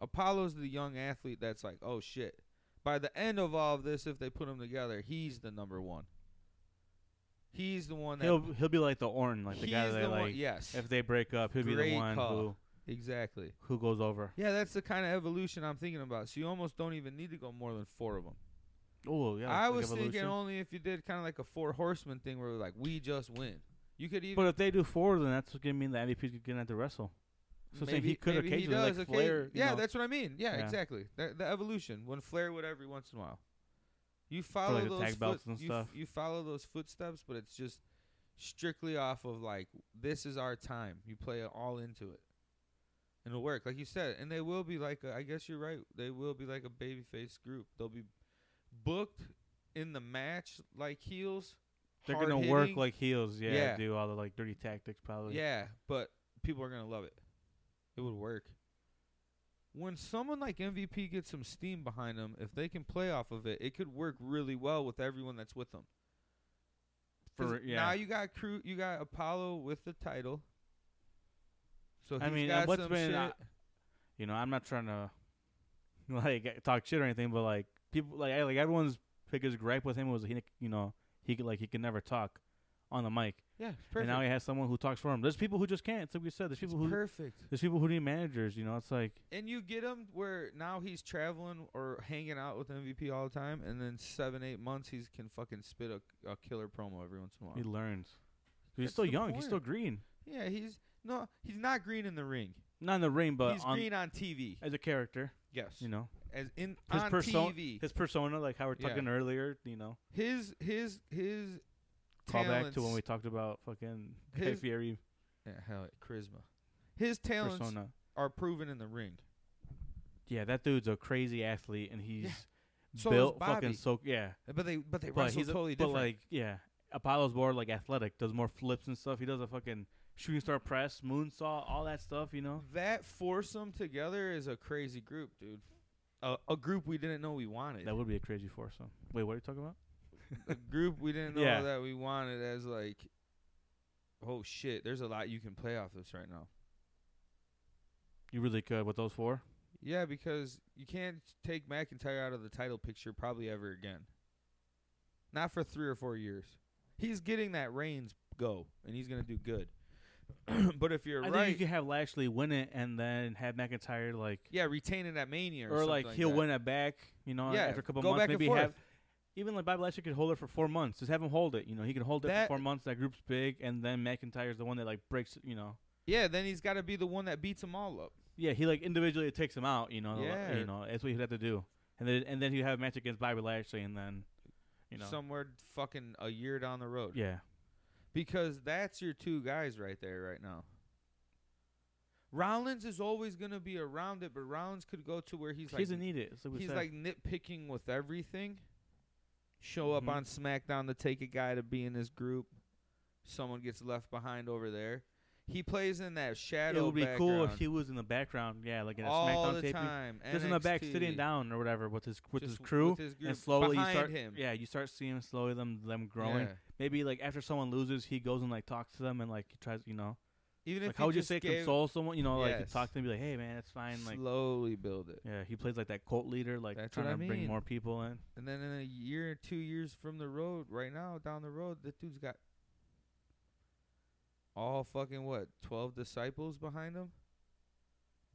Apollo's the young athlete that's like, oh shit. By the end of all of this, if they put him together, he's the number one. He's the one that He'll he'll be like the Orton, like the guy he's that the one- like yes. if they break up, he'll be Great the one call. Exactly. who who goes over. Yeah, that's the kind of evolution I'm thinking about. So you almost don't even need to go more than four of them. Oh yeah. I like was thinking Evolution. only if you did kind of like a four horsemen thing where like we just win. You could even But if they do four, then that's gonna mean the MVP's gonna have to wrestle. So saying maybe, he could maybe occasionally does, like okay? Flair. you Yeah, know, that's what I mean. Yeah, Yeah. exactly. The, the evolution when Flair would every once in a while. You follow the those tag belts foot- and you, stuff. you follow those footsteps, but it's just strictly off of like this is our time. You play it all into it. And it'll work, like you said. And they will be like, a, I guess you're right. They will be like a babyface group. They'll be booked in the match like heels. They're hard gonna work hitting. like heels, yeah, Yeah. Do all the like dirty tactics, probably. Yeah, but people are gonna love it. It would work. When someone like MVP gets some steam behind them, if they can play off of it, it could work really well with everyone that's with them. For, 'Cause yeah. Now you got crew, you got Apollo with the title. So he's I mean, got and what's some been, shit. uh, you know, I'm not trying to like talk shit or anything, but like people, like I- like everyone's biggest gripe with him was he, you know, he could like he could never talk on the mic, yeah, it's and perfect. now he has someone who talks for him. There's people who just can't. It's like we said, there's people it's who perfect. there's people who need managers. You know, it's like And you get him where now he's traveling or hanging out with MVP all the time, and then seven, eight months he can fucking spit a, a killer promo every once in a while. he learns. 'Cause He's That's still the young. He's still point. green. Yeah, he's no, he's not green in the ring. Not in the ring, but he's on, green on TV. as a character, Yes, you know, as in his on perso- TV. his persona, like how we we're Yeah. talking earlier. You know, His his his call back talents. to when we talked about fucking Guy His Fieri yeah, hell, charisma. His talents persona. are proven in the ring. Yeah, that dude's a crazy athlete, and he's So is built fucking Bobby. so. Yeah, But they but they but wrestle he's a- totally but different. like yeah, Apollo's more like athletic, does more flips and stuff. He does a fucking shooting star press, moonsault, all that stuff. You know, that foursome together is a crazy group, dude. A, a group we didn't know we wanted. that would be a crazy foursome. Wait, what are you talking about? a group we didn't know Yeah. that we wanted as like, oh shit, there's a lot you can play off this right now. You really could with those four. Yeah, because you can't take McIntyre out of the title picture probably ever again. Not for three or four years. He's getting that Reigns go, and he's gonna do good. but if you're I right, think you could have Lashley win it and then have McIntyre like, yeah, retain it at Mania, or, or something like like he'll that. win it back. You know, Yeah, after a couple go months, back and maybe forth. have. Even like Bobby Lashley could hold it for four months. Just have him hold it. You know, he could hold it That- for four months. That group's big, and then McIntyre's the one that like breaks. You know, Yeah, then he's got to be the one that beats them all up. Yeah, he like individually takes him out. You know, like, Yeah. you know that's what he'd have to do, and then and then he'd have a match against Bobby Lashley, and then you know, somewhere fucking a year down the road. yeah, Because that's your two guys right there right now. Rollins is always going to be around it, but Rollins could go to where he's he like doesn't need it. So we he's said. like nitpicking with everything. Show up Mhm. on SmackDown to take a guy to be in his group. Someone gets left behind over there. He plays in that shadow. it would be cool if background he was in the background. Yeah, like in a all SmackDown the taping, time. just in the back, sitting NXT, down or whatever with his with just his crew. with his group and slowly you behind start, him. yeah, you start seeing slowly them them growing. Yeah. Maybe like after someone loses, he goes and like talks to them and like he tries, you know, Even like if how he would you just say gave- console someone, you know, like you Yes. talk to them, be like, hey man, it's fine, like slowly build it. yeah, he plays like that cult leader, like That's what trying I to bring mean. more people in. And then in a year, two years from the road, right now, down the road, that dude's got all fucking what, 12 disciples behind him?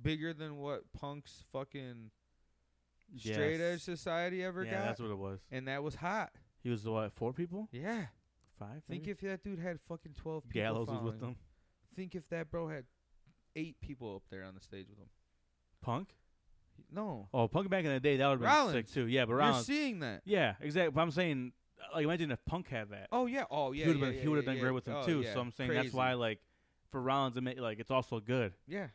Bigger than what Punk's fucking straight edge Yes. society ever yeah, got. that's what it was. and that was hot. He was what four people? Yeah. Five? Think maybe? if that dude had fucking 12 people. Gallows was with following him. them. Think if that bro had eight people up there on the stage with him. Punk? No. Oh, Punk back in the day that would have been sick Rollins. too. Yeah, but You're Rollins. seeing that. yeah, exactly. But I'm saying, like, imagine if Punk had that. Oh, yeah. Oh, yeah. he would yeah, have yeah, he would have yeah, done yeah. great with him Oh, too. yeah. So I'm saying that's Crazy. why like for Rollins, it may, like it's also good. Yeah.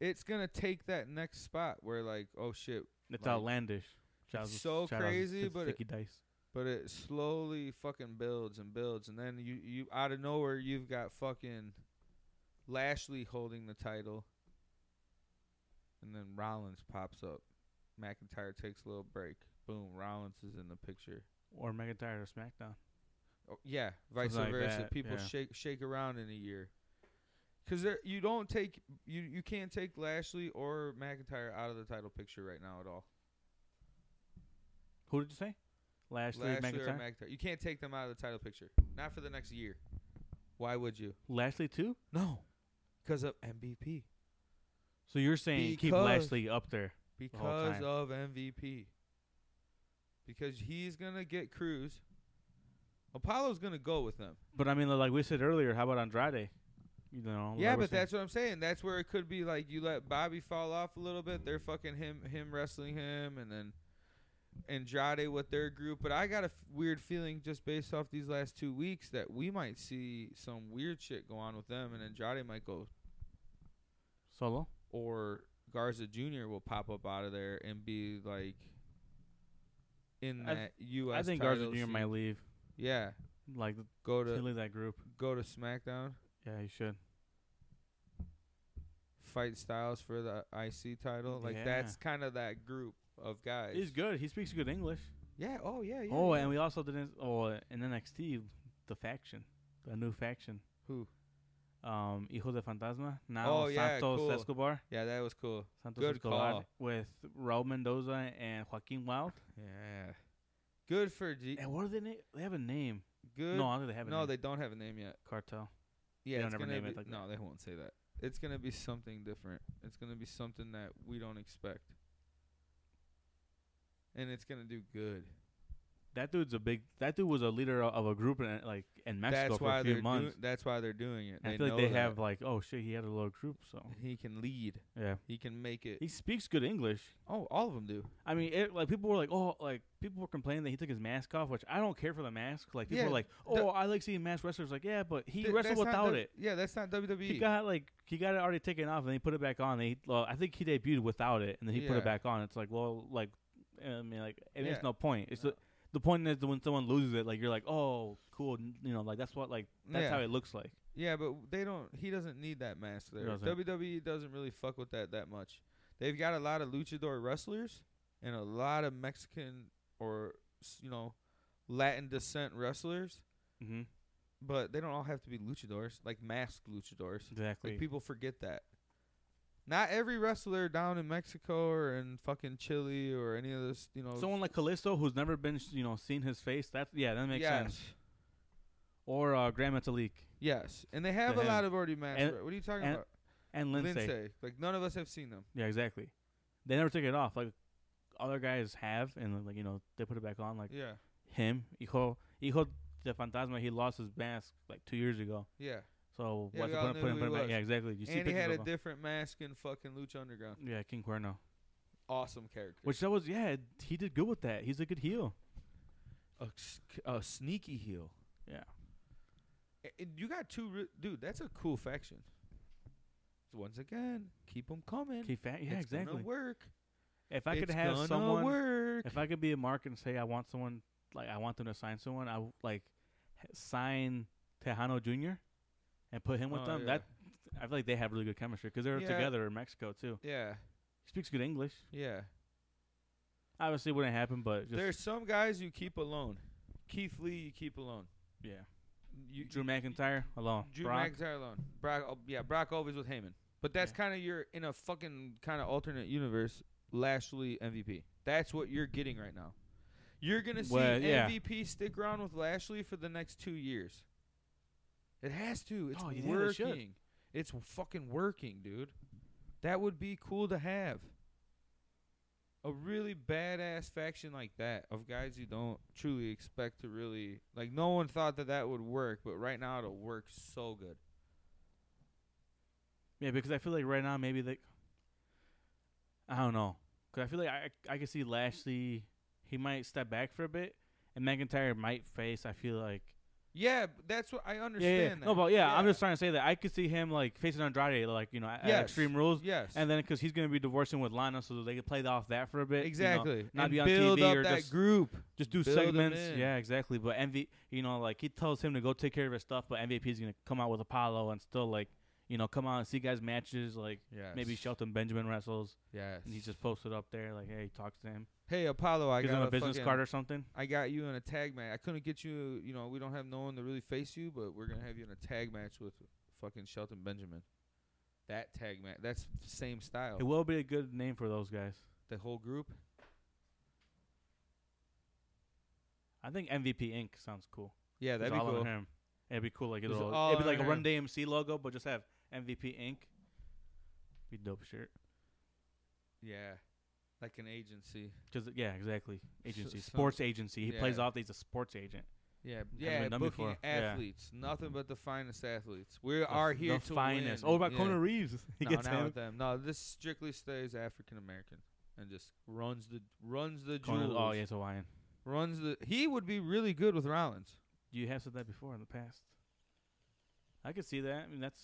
It's gonna take that next spot where like, oh shit, It's Like, outlandish. it's so crazy, but it- sticky dice. but it slowly fucking builds and builds and then you, you out of nowhere you've got fucking Lashley holding the title. And then Rollins pops up. McIntyre takes a little break. Boom, Rollins is in the picture. Or McIntyre or SmackDown. Oh, yeah, vice Something like versa. that, People yeah. shake shake around in a year. Cause there, you don't take you you can't take Lashley or McIntyre out of the title picture right now at all. Who did you say? Lashley, Lashley or McIntyre. McIntyre. You can't take them out of the title picture. Not for the next year. Why would you? Lashley too. No. Because of MVP. So you're saying keep Because- Lashley up there? whole Because time. of MVP. Because he's going to get Cruz. Apollo's going to go with them. But I mean, like we said earlier, how about Andrade? You know. like yeah, we're but saying- that's what I'm saying. That's where it could be like you let Bobby fall off a little bit. They're fucking him him wrestling him and then Andrade with their group. But I got a f- weird feeling just based off these last two weeks that we might see some weird shit go on with them and Andrade might go solo. or Garza Jr. will pop up out of there and be like in I th- that U.S. I think title Garza Jr. might scene. leave. Yeah, Like, go he'll to leave that group. go to SmackDown, Yeah, he should. fight Styles for the IC title. Like Yeah. that's kind of that group of guys. He's good. He speaks good English. Yeah. Oh yeah. yeah oh, yeah. and we also didn't. Oh, uh, in NXT, the faction, the new faction. Who? Um, Hijo de Fantasma. Now Oh, yeah, Santos cool. Escobar. yeah, that was cool. Santos Good Escobar call. with Raul Mendoza and Joaquin Wild. Yeah. Good for G. And what are they? Na- they have a name. Good. No, I don't think they have a no, name. they don't have a name yet. Cartel. Yeah, don't it's ever gonna name be, it like that. no, they won't say that. It's gonna be something different. It's gonna be something that we don't expect, and it's gonna do good. That dude's a big. That dude was a leader o- of a group in like in Mexico that's for why a few they're doing. months. That's why they're doing it. And they I feel know like they that. have like, oh shit, he had a little group. So He can lead. yeah, He can make it. he speaks good English. oh, all of them do. I mean, it, like people were like, oh, like people were complaining that he took his mask off, which I don't care for the mask. Like people Yeah, were like, oh, the- I like seeing masked wrestlers. Like yeah, but he Th- wrestled that's not without W- E. it. Yeah, that's not WWE. He got like he got it already taken off, and then he put it back on. And he, well, I think he debuted without it, and then he put Yeah. it back on. It's like, well, like I mean, like it Yeah. makes no point. It's the the point is that when someone loses it, like you're like, oh, cool, n- you know, like that's what like that's Yeah. how it looks like. Yeah, but they don't. He doesn't need that mask there. doesn't. WWE doesn't really fuck with that that much. They've got a lot of luchador wrestlers and a lot of Mexican or s- you know Latin descent wrestlers, Mm-hmm. but they don't all have to be luchadors. Like masked luchadors. Exactly. Like people forget that. Not every wrestler down in Mexico or in fucking Chile or any of this, you know. Someone like Callisto, who's never been, sh- you know, seen his face. That's yeah, that makes yes, sense. Or uh, Grand Metalik Yes, and they have To a him. lot of already masked. And- wre- what are you talking and about? and Lindsay. Like none of us have seen them. Yeah, exactly. They never took it off. Like other guys have, and like you know, they put it back on. Like Yeah, him, Hijo, Hijo de Fantasma. He lost his mask like two years ago. yeah. So Yeah, what's we the all point of knew putting putting it who he back? was. Yeah, exactly. You see and he had pictures a of him. different mask in fucking Lucha Underground. Yeah, King Cuerno. Awesome character. Which that was yeah, he did good with that. He's a good heel. a, s- a sneaky heel. Yeah. A- and you got two, re- dude. That's a cool faction. Once again, keep 'em coming. He fa- yeah, it's exactly. Gonna work. If I could It's have gonna someone work. if I could be a mark and say I want someone like I want them to sign someone, I w- like h- sign Tejano Jr. and put him with Oh, them. yeah. That I feel like they have really good chemistry because they're Yeah. together in Mexico too. yeah, He speaks good English. yeah. Obviously, it wouldn't happen, but just There's some guys you keep alone. Keith Lee, you keep alone. yeah. You, Drew McIntyre alone. Drew Brock, McIntyre alone. Brock, oh, yeah, Brock always with Heyman. But that's Yeah. kind of your in a fucking kind of alternate universe. Lashley MVP. That's what you're getting right now. You're gonna see Well, yeah. MVP stick around with Lashley for the next two years. It has to. It's Oh, yeah, they should. working. It's fucking working, dude. That would be cool to have. A really badass faction like that of guys you don't truly expect to really like. No one thought that that would work, but right now it'll work so good. yeah, because I feel like right now maybe they. I don't know, because I feel like I I could see Lashley. He might step back for a bit, and McIntyre might face. I feel like Yeah, b- that's what I Yeah, understand. yeah. That. No, but yeah, I'm just trying to say that I could see him like facing Andrade, like you know, at, at Yes. Extreme Rules, Yes, and then because he's gonna be divorcing with Lana, so they could play off that for a bit. you know, exactly. not and be on build TV up or that just- group. just do Build 'em segments. in. Yeah, exactly. But envy, you know, like he tells him to go take care of his stuff, but MVP is gonna come out with Apollo and still like, you know, come out and see guys matches. Like Yes. maybe Shelton Benjamin wrestles, Yes. and he's just posted up there. Like, hey, he talks to him, hey Apollo, I gives him got a business fucking- card or something. I got you in a tag match. I couldn't get you. You know, we don't have no one to really face you, but we're gonna have you in a tag match with fucking Shelton Benjamin. That tag match. That's the same style. It will be a good name for those guys. the whole group. I think MVP Inc. sounds cool. Yeah, It's that'd be all cool. on him. It'd be cool, like It's it'll all it'd be on like a him. Run DMC logo, but just have MVP Inc. Be dope shirt. Yeah, like an agency. Cause yeah, exactly. Agency, some- sports agency. He plays yeah. off that he's a sports agent. Yeah, yeah. been done Booking before. Yeah. Mm-hmm. athletes. Nothing but the finest athletes. We The- are here the to finest. win. Oh, about yeah. Conor Reeves, he no, gets not him. with them. No, this strictly stays African American and just runs the runs the Conor- jewels. oh yeah, it's Hawaiian. runs the. He would be really good with Rollins. You have said that before in the past. I could see that. I mean, that's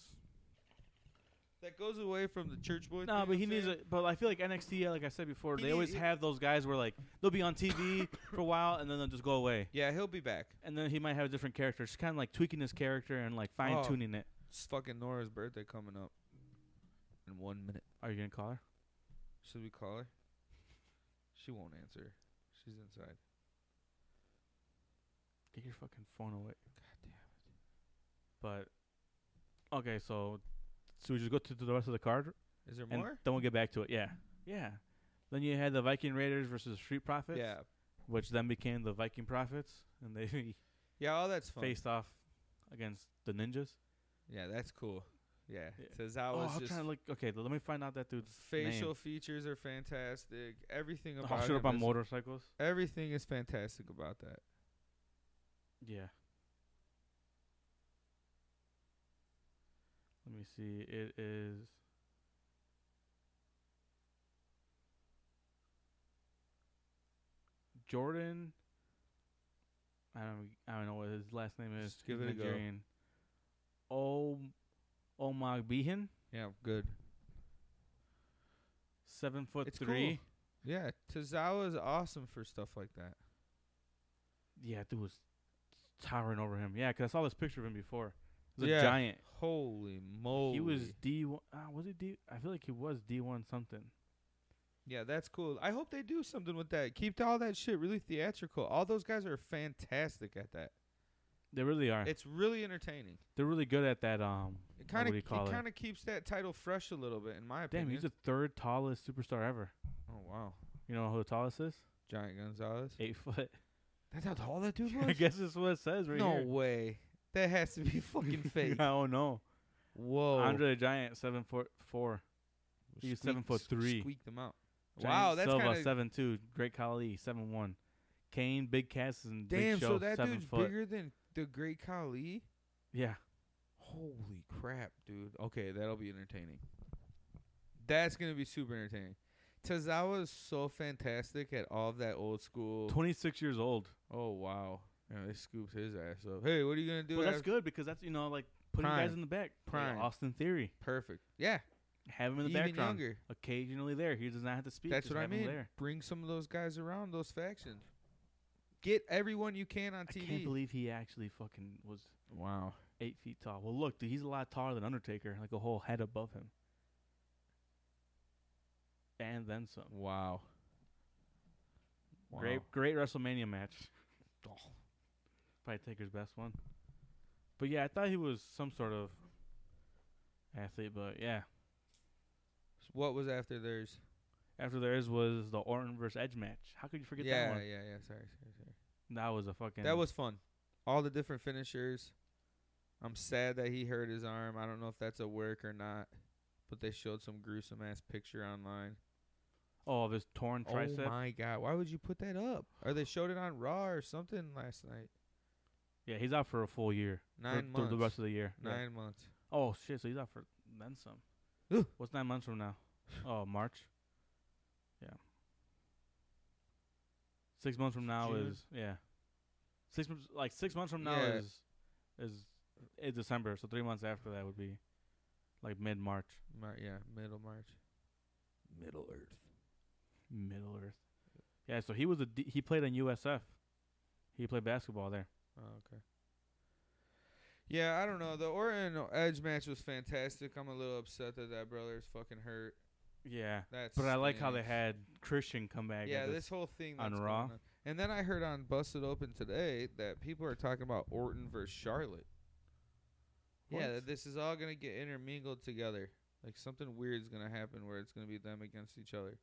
That goes away from the church boy. No, thing but I'm he needs. A, saying. but I feel like NXT, like I said before, He they need- always he- have those guys where like they'll be on TV for a while and then they'll just go away, Yeah, he'll be back. and then he might have a different character. Just kind of like tweaking his character and like fine tuning it. It's fucking Nora's birthday coming up in one minute. Are you gonna call her? Should we call her? She won't answer. She's inside. Get your fucking phone away. God damn it. But okay, so so we just go to, to the rest of the card Is there and more? then we'll get back to it. Yeah, yeah. Then you had the Viking Raiders versus Street Profits, Yeah, which then became the Viking Profits, and they yeah. All that's fun. faced off against the Ninjas. Yeah, that's cool. Yeah, Yeah. says I oh, was I'm just trying to look. Okay, let me find out that dude's facial Name. features are fantastic. Everything Oh, about showed up him on is- motorcycles. everything is fantastic about that. Yeah. Let me see. It is. Jordan. I don't. I don't know what his last name is. Just give He's it a go. Nigerian. Oh, Omag Behan, Yeah, good. seven foot It's three. Yeah, Tozawa is awesome for stuff like that. Yeah, dude was towering over him. Yeah, 'cause I saw this picture of him before. He was Yeah. a giant. Holy moly! He was D one. Uh, was it D? I feel like he was D one something. Yeah, that's cool. I hope they do something with that. Keep all that shit really theatrical. All those guys are fantastic at that. They really are. It's really entertaining. They're really good at that. Um, It what kind of do you it call it? kind of keeps that title fresh a little bit, in my Damn, opinion. he's the third tallest superstar ever. oh wow, You know who the tallest is? Giant Gonzalez. Eight foot. That's how tall that dude I was. guess that's what it says right no here. way. That has to be fucking fake. Oh. I don't know. Whoa. Andre the Giant, seven foot four. he was seven foot s- three. Squeaked them out. Giant wow, that's Silva, kind of seven two. Great Khali, seven one. Kane, Big Cass, and damn. Big Show, So that seven dude's foot. bigger than the Great Khali. Yeah, Holy crap, dude. Okay, that'll be entertaining. That's gonna be super entertaining. Tozawa is so fantastic at all of that old school. twenty six years old. Oh wow, yeah, they scooped his ass up. Hey, what are you gonna do? Well, that's after- good because that's you know like putting Prime. guys in the back. Like Prime. Austin Theory, Perfect. Yeah, have him in the even background. younger. Occasionally there, he does not have to speak. That's just what I have him mean. There. Bring some of those guys around those factions. Get everyone you can on I TV. can't believe he actually fucking was wow. eight feet tall. Well, look, dude, he's a lot taller than Undertaker, like a whole head above him, and then some. Wow. Great, Wow. great WrestleMania match. Oh. Probably Taker's best one. But yeah, I thought he was some sort of athlete. But yeah, So What was after theirs? after theirs was the Orton versus Edge match. How could you forget yeah, that one? yeah, yeah. Sorry, sorry, sorry. That was a fucking. That was fun. All the different finishers. I'm sad that he hurt his arm. I don't know if that's a work or not, but they showed some gruesome ass picture online. oh of his torn tricep. Oh my god, why would you put that up? Or they showed it on Raw or something last night. Yeah, he's out for a full year. Through- Nine through months. the rest of the year. Yeah. Nine months. Oh shit! So he's out for then some. Ugh. What's nine months from now? Oh, March. Yeah. Six months from now June. is yeah. Six months, like six months from now Yeah. is is is December. So three months after that would be like mid March, Mar- yeah, middle March. Middle Earth. Middle Earth. Yeah. So he was a D- he played on USF. He played basketball there. Oh, okay. Yeah, I don't know. The Orton Edge match was fantastic. I'm a little upset that that brother is fucking hurt. Yeah. That's But I like how they had. had Christian come back. yeah, with this whole thing on that's Raw. going on. And then I heard on Busted Open today that people are talking about Orton versus Charlotte. Yeah, What? that this is all gonna get intermingled together. Like something weird's gonna happen where it's gonna be them against each other.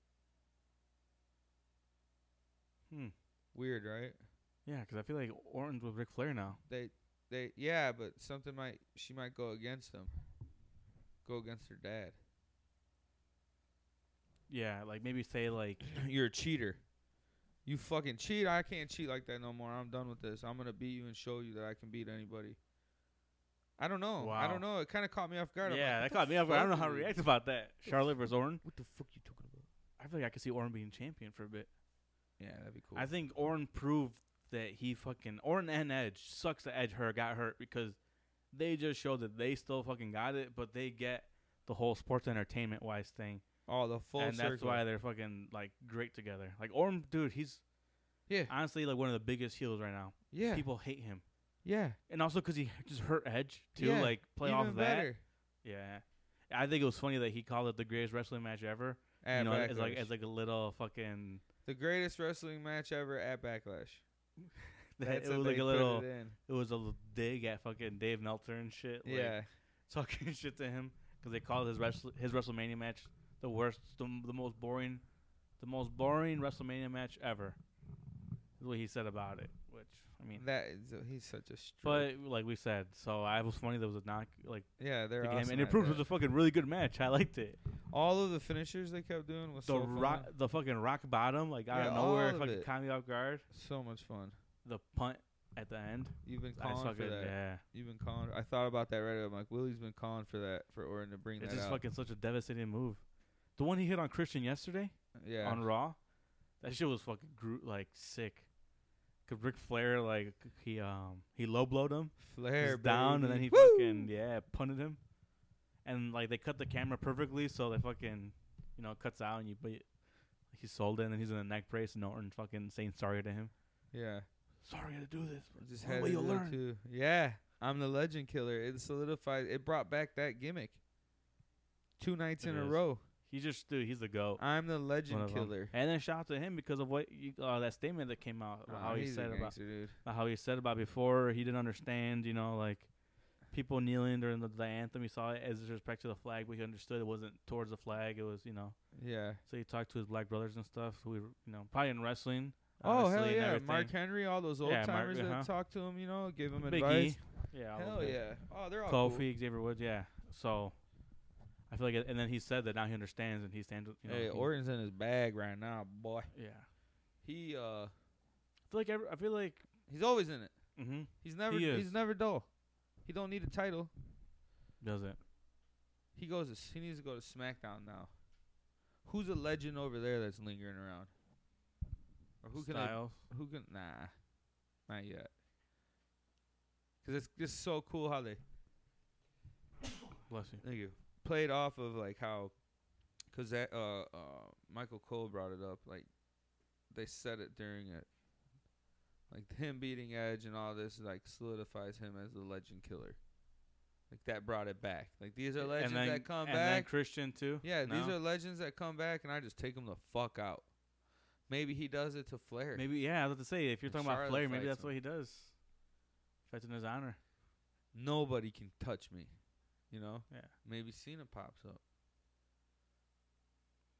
Hmm. Weird, right? Yeah, 'cause I feel like Orton's with Ric Flair now. They, they, yeah, but something might she might go against them. Go against her dad. Yeah, like maybe say like You're a cheater. You fucking cheat. I can't cheat like that no more. I'm done with this. I'm gonna beat you and show you that I can beat anybody. I don't know. I Wow. don't know. It kind of caught me off guard. I'm Yeah, like, that caught me off guard. I don't know how to fuck, dude? react about that. Charlotte versus Orton. What the fuck you talking about? I feel like I could see Orton being champion for a bit. Yeah, that'd be cool. I think Orton proved that he fucking Orton and Edge sucks that Edge her got hurt because they just showed that they still fucking got it, but they get the whole sports entertainment wise thing, Oh, the full and that's circle. why they're fucking like great together. Like Orm, dude, he's yeah, honestly like one of the biggest heels right now. yeah, People hate him, yeah. and also because he just hurt Edge too. Yeah, like play Even off of that. better. Yeah, I think it was funny that he called it the greatest wrestling match ever. At you know, Backlash. as like as like a little fucking. the greatest wrestling match ever at Backlash. That, That's it what was like they a put little. It It, in. was a little dig at fucking Dave Meltzer and shit. Like, yeah, talking shit to him because they called his wrestle his WrestleMania match the worst, the, the most boring, the most boring WrestleMania match ever. Is what he said about it. Which I mean, that is, he's such a straight. but like we said, so I was funny. There was a knock like yeah, the they're game, awesome and it at proved it that. was a fucking really good match. I liked it. all of the finishers they kept doing was The so fun. rock, the fucking rock bottom, like out Yeah, of all nowhere, of fucking it. caught me off guard. So much fun. The punt at the end, You've been I calling for fucking that. yeah. You've been calling. I thought about that right away. I'm like, Willie's been calling for that for Orton to bring It's that just out. fucking such a devastating move. The one he hit on Christian yesterday. yeah, on Raw. That shit was fucking gru- like sick. Cause Ric Flair like he um he low blowed him, he Flair was down, and then baby. he Woo! fucking yeah punted him, and like they cut the camera perfectly, so they fucking you know cuts out and you but he sold it, and then he's in a neck brace, and Orton fucking saying sorry to him. yeah. Sorry to do this, I but Just one had way to you'll do it learn. too. Yeah, I'm the legend killer. It solidified. It brought back that gimmick. Two nights It in a is. row. He just dude, he's the goat. I'm the One legend of 'em. killer. And then shout out to him because of what you, uh, that statement that came out, about Aw, how he he's a said about gangster, dude. about how he said about before he didn't understand, you know, like people kneeling during the, the anthem. He saw it as disrespect to the flag, but he understood it wasn't towards the flag. It was, you know. Yeah. So he talked to his black brothers and stuff. Who we, were, you know, probably in wrestling. Oh honestly, hell and yeah, everything. Mark Henry, all those old Yeah, Mark- timers uh-huh. that talked to him, you know, gave him Big advice. E. Yeah. all of Hell them. yeah. Oh, they're all cool. Kofi, Xavier Woods. Yeah. So I feel like, it, and then he said that now he understands and he stands. with- You know, hey, he- Orton's in his bag right now, boy. Yeah. He uh, I feel like every, I feel like. he's always in it. Mm-hmm. He's never He is. he's never dull. He don't need a title. Does it? He goes. To, s- he needs to go to SmackDown now. Who's a legend over there that's lingering around? Or who can I, Styles. who can nah, not yet. Cause it's just so cool how they Bless you. Thank you. Played off of like how, cause that uh, uh Michael Cole brought it up. Like they said it during it, like him beating Edge and all this like solidifies him as the legend killer. Like that brought it back. Like these are legends and then, that come and Then back. Christian too. yeah, these No? are legends that come back, and I just take them the fuck out. Maybe he does it to Flair. Maybe yeah, I was about to say if you're If talking Charlotte about Flair, maybe fights that's him. what he does. Fights in his honor. Nobody can touch me. You know. Yeah. Maybe Cena pops up.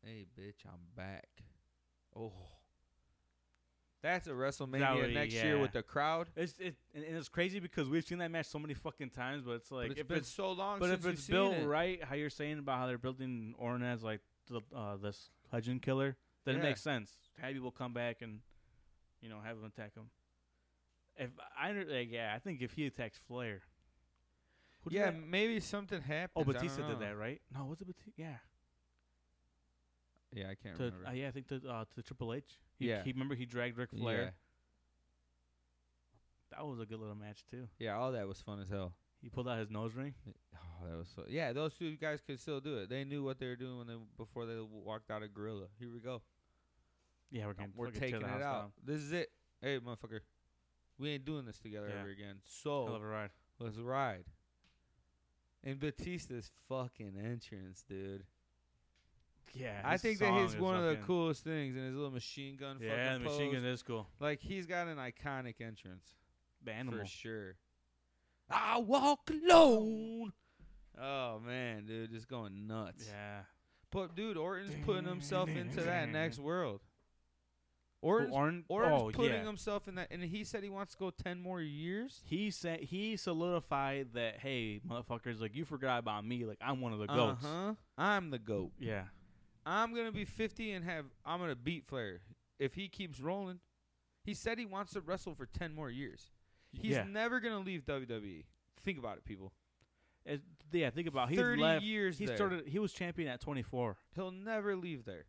Hey, bitch, I'm back. Oh. That's a WrestleMania would- next year with yeah. the crowd. It's it and, and it's crazy because we've seen that match so many fucking times, but it's like but it's if been it's so long but since if we've it's built seen it. right, how you're saying about how they're building Orton as like the, uh, this legend killer, then Yeah. it makes sense. Have people come back and you know have him attack him. If I under- like, yeah, I think if he attacks Flair, who did Yeah, that? maybe something Oh, happened. Batista did that, right? No, was it Batista? Yeah, Yeah, I can't to, remember. uh, yeah, I think to uh, to Triple H. He, Yeah. he remember he dragged Ric Flair. Yeah. That was a good little match too. yeah, all that was fun as hell. He pulled out his nose ring. Oh, that was so. Yeah, those two guys could still do it. They knew what they were doing when they before they walked out of Gorilla. Here we go. Yeah, we're gonna We're fucking tear taking the it out. house down. This is it. Hey, motherfucker. We ain't doing this together Yeah. ever again. Hell of So a ride. let's ride. And Batista's fucking entrance, dude. Yeah, I his think that he's song is one of the fucking- cool's things in his little machine gun Yeah, the fucking machine pose. gun is cool. Like he's got an iconic entrance. The animal. For sure. I walk alone. Oh man, dude, just going nuts. Yeah. But dude, Orton's putting himself into that next world. Orton's Orton. Orton's oh putting yeah. himself in that, and he said he wants to go ten more years. He said he solidified that. Hey, motherfuckers! Like you forgot about me. Like I'm one of the goats. Uh-huh. I'm the goat. Yeah. I'm gonna be 50 and have I'm gonna beat Flair if he keeps rolling. He said he wants to wrestle for 10 more years. He's yeah. never gonna leave WWE. Think about it, people. It- yeah. Think about. He 30 left. years. He there. started. He was champion at 24. He'll never leave there.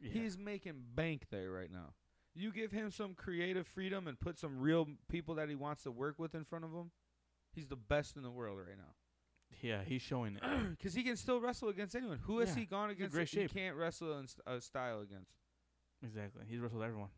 Yeah. He's making bank there right now. You give him some creative freedom and put some real people that he wants to work with in front of him. He's the best in the world right now. yeah, he's showing it. because he can still wrestle against anyone. Who has Yeah, he gone in against? great that shape. He can't wrestle in st- uh, style against. exactly. He's wrestled everyone.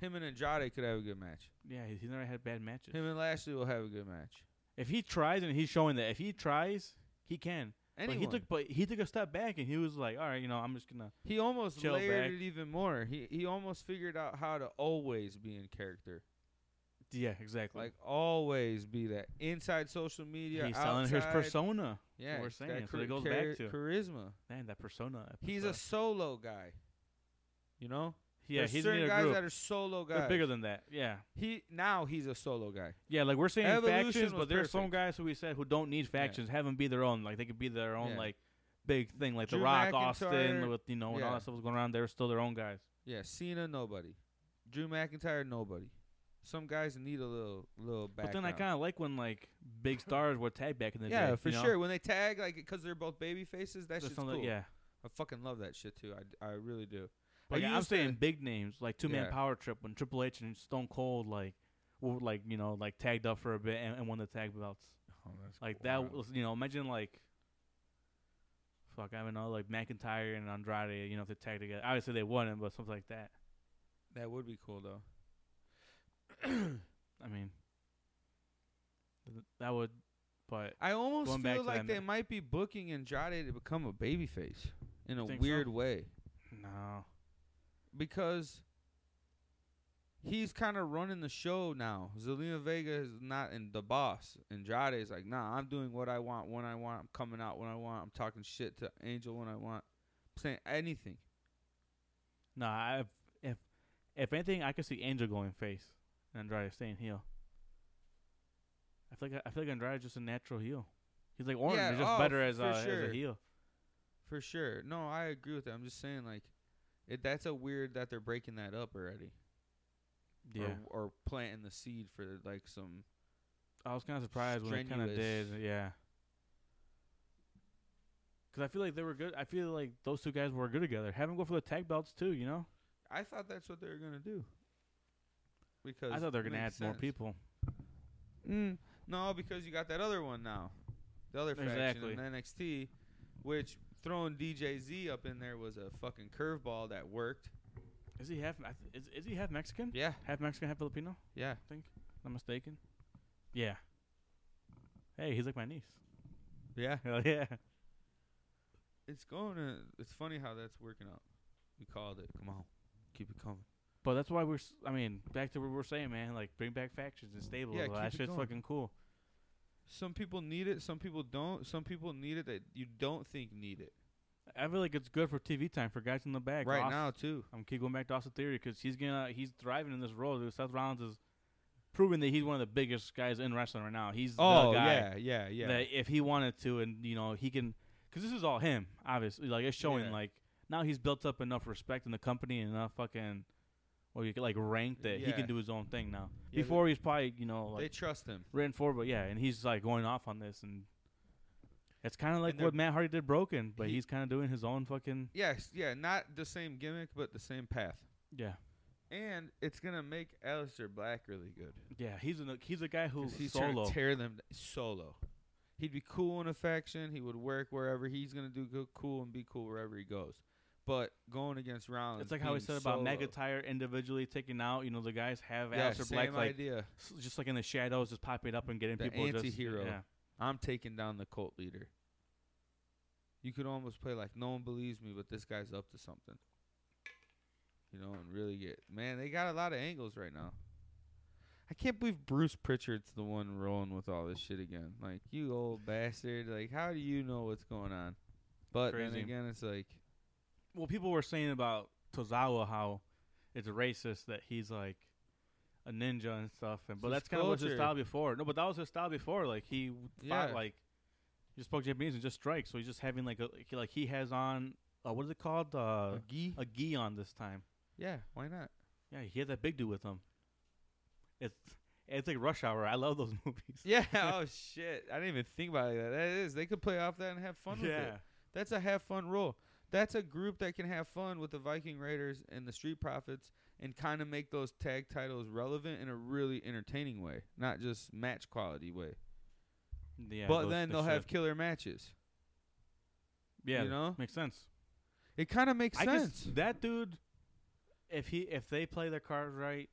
Him and Andrade could have a good match. Yeah, he's, he's never had bad matches. Him and Lashley will have a good match. If he tries, and he's showing that if he tries, he can. Anyone. But he took, but he took a step back, and he was like, "All right, you know, I'm just gonna." He almost Chill layered back. it even more. He he almost figured out how to always be in character, Yeah, exactly. like always be that inside social media. he's selling his outside. persona. Yeah, we're it's saying, that so it goes back to. charisma. Man, that persona. He's a episode. solo guy. You know, yeah. There's He's in certain a guys group. that are solo They're guys. bigger than that. Yeah, he now he's a solo guy. yeah. Like we're saying Evolution factions, was but there's some perfect. guys who we said who don't need factions. Have them be their own. Like they could be their own Yeah. like big thing, like Drew The Rock, McIntyre, Austin, with you know, and all yeah. that stuff was going around. They're still their own guys. Yeah, Cena nobody, Drew McIntyre nobody. Some guys need a little little But background. then I kind of like when like big stars were tagged back in the day. yeah, for you know? sure. When they tag like because they're both baby faces, that That's shit's something- cool. Yeah, I fucking love that shit too. I, d- I really do. like I I'm used to- saying big names like Two Man Yeah. Power Trip when Triple H and Stone Cold like were like you know like tagged up for a bit and, and won the tag belts. oh, Like that was you know imagine like fuck I don't know like McIntyre and Andrade you know if they tagged together obviously they won it but something like that. that would be cool though. I mean th- that would but I almost Going back feel to like that they ma- might be booking Andrade to become a babyface in a Think so? weird way no because he's kind of running the show now. Zelina Vega is not in the boss. Andrade is like, nah, I'm doing what I want when I want. I'm coming out when I want. I'm talking shit to Angel when I want. I'm saying anything. no I if if anything I could see Angel going face and Andrade staying heel. I feel like I feel like Andrade's just a natural heel. He's like orange, Yeah, he's just oh, better as for a, as sure. a heel. For sure. No, I agree with that. I'm just saying, like, it, that's a weird that they're breaking that up already. Yeah, Or, or planting the seed for, like, some. I was kind of surprised when it kind of did. strenuous. Yeah, because I feel like they were good. I feel like those two guys were good together. Have them go for the tag belts too. You know, I thought that's what they were going to do. Because I thought they were it gonna add makes more sense. people. Mm, no, because you got that other one now. The other faction Exactly. in NXT, which throwing DJZ up in there was a fucking curveball that worked. Is he half? I th- Is, is he half Mexican? Yeah, Half Mexican, half Filipino. yeah. If I'm mistaken. Yeah. Hey, he's like my niece. Yeah. Hell yeah. It's going to. It's funny how that's working out. We called it. Come on. Keep it coming. But that's why we're. s- I mean, back to what we we're saying, man. Like, bring back factions and stables. Yeah, that keep it shit's going. fucking cool. Some people need it. Some people don't. Some people need it that you don't think need it. I feel like it's good for TV time for guys in the back. right Austin- now too. I'm keep going back to Austin Theory because he's gonna he's thriving in this role. Dude. Seth Rollins is proving that he's one of the biggest guys in wrestling right now. He's Oh the guy yeah, yeah, yeah. that if he wanted to, and you know he can, because this is all him. Obviously, like it's showing. Yeah. Like now he's built up enough respect in the company and enough fucking, well, you could like rank that he Yeah. can do his own thing now. Yeah, they- Before he's probably you know they like trust him. written for, but yeah, and he's like going off on this and. It's kind of like they're- what Matt Hardy did Broken, but He- he's kind of doing his own fucking Yes, yeah. Not the same gimmick, but the same path. yeah. And it's gonna make Alistair Black really good. Yeah, he's a he's a guy who 'Cause he's solo. trying to tear them d- solo. He'd be cool in a faction. He would work wherever he's gonna do good, cool and be cool wherever he goes. But going against Rollins, It's like how we being said solo. about McIntyre individually taking out. You know, the guys have Yeah, Alistair same Black like idea. s- just like in the shadows, just popping up and getting The people. just- anti-hero. yeah. I'm taking down the cult leader. You could almost play like no one believes me, but this guy's up to something. You know, and really get man, they got a lot of angles right now. I can't believe Bruce Pritchard's the one rolling with all this shit again. Like, you old bastard. Like, how do you know what's going on? But then Crazy. again, it's like, Well, people were saying about Tozawa how it's racist that he's like a ninja and stuff, and but It's that's his kind of what his culture. style before. No, but that was his style before. Like he w- fought Yeah. like he just spoke Japanese and just strikes. So he's just having like a he, like he has on uh, what is it called uh, a gi? a gi on this time. Yeah, why not? Yeah, he had that big dude with him. It's it's like Rush Hour. I love those movies. Yeah, oh shit. I didn't even think about it like that. That is, they could play off that and have fun with it. That's a have fun rule. That's a group that can have fun with the Viking Raiders and the Street Profits and kind of make those tag titles relevant in a really entertaining way, not just match quality way. Yeah, but those- then they they'll should. have killer matches. yeah, you know? makes sense. It kind of makes I sense. guess that dude, if he if they play their cards right,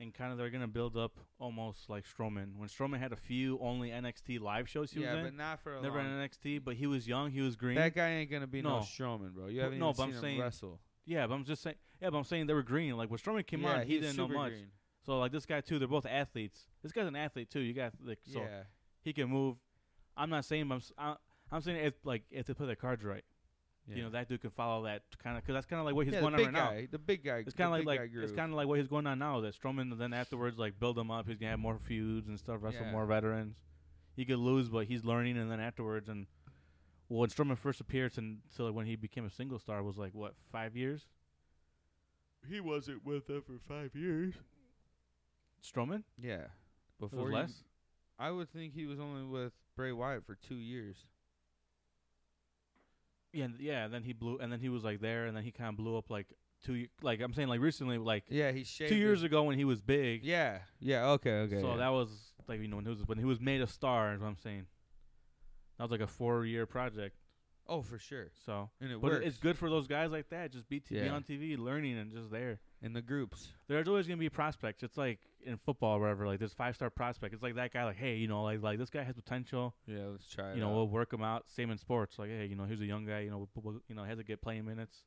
and kind of they're gonna build up almost like Strowman when Strowman had a few only NXT live shows he yeah, was but in. not for a Never long. in NXT, but he was young, he was green. That guy ain't gonna be no, No. Strowman, bro. You But- haven't no, even but I'm seen him saying- wrestle. yeah, but I'm just saying. Yeah, but I'm saying they were green. Like when Strowman came yeah, on, he he's didn't know super much. green. So like this guy too, they're both athletes. This guy's an athlete too. You got like so yeah, he can move. I'm not saying I'm s- I, I'm saying if like if they play their cards right, yeah. you know that dude can follow that kind of because that's kind of like what he's yeah, going the on big right now. guy, the big guy. It's kind of like of like it's kind of like what he's going on now. That Strowman then afterwards like build him up. He's gonna have more feuds and stuff. Wrestle Yeah. more veterans. He could lose, but he's learning. And then afterwards, and well, when Strowman first appeared and to when he became a single star was like what five years? he wasn't with them for five years. Strowman Yeah, It was before he- less. I would think he was only with Bray Wyatt for two years. Yeah, and- yeah. And then he blew, and then he was like there, and then he kind of blew up like two. ye- Like I'm saying, like recently, like Yeah, he shaved. two years his- ago when he was big. Yeah, yeah. Okay, okay. so yeah. that was like you know when he was when he was made a star. Is what I'm saying. That was like a four year project. oh for sure, So. and it But works. it's good for those guys like that, just be, t- be Yeah. on TV, learning, and just there. in the groups. There's always gonna be prospects. It's like in football, or wherever. Like there's five star prospect. It's like that guy. Like hey, you know, like like this guy has potential. Yeah, let's try. it you know, out. we'll work him out. Same in sports. Like hey, you know, here's a young guy. You know, we'll, we'll- you know, has to get playing minutes.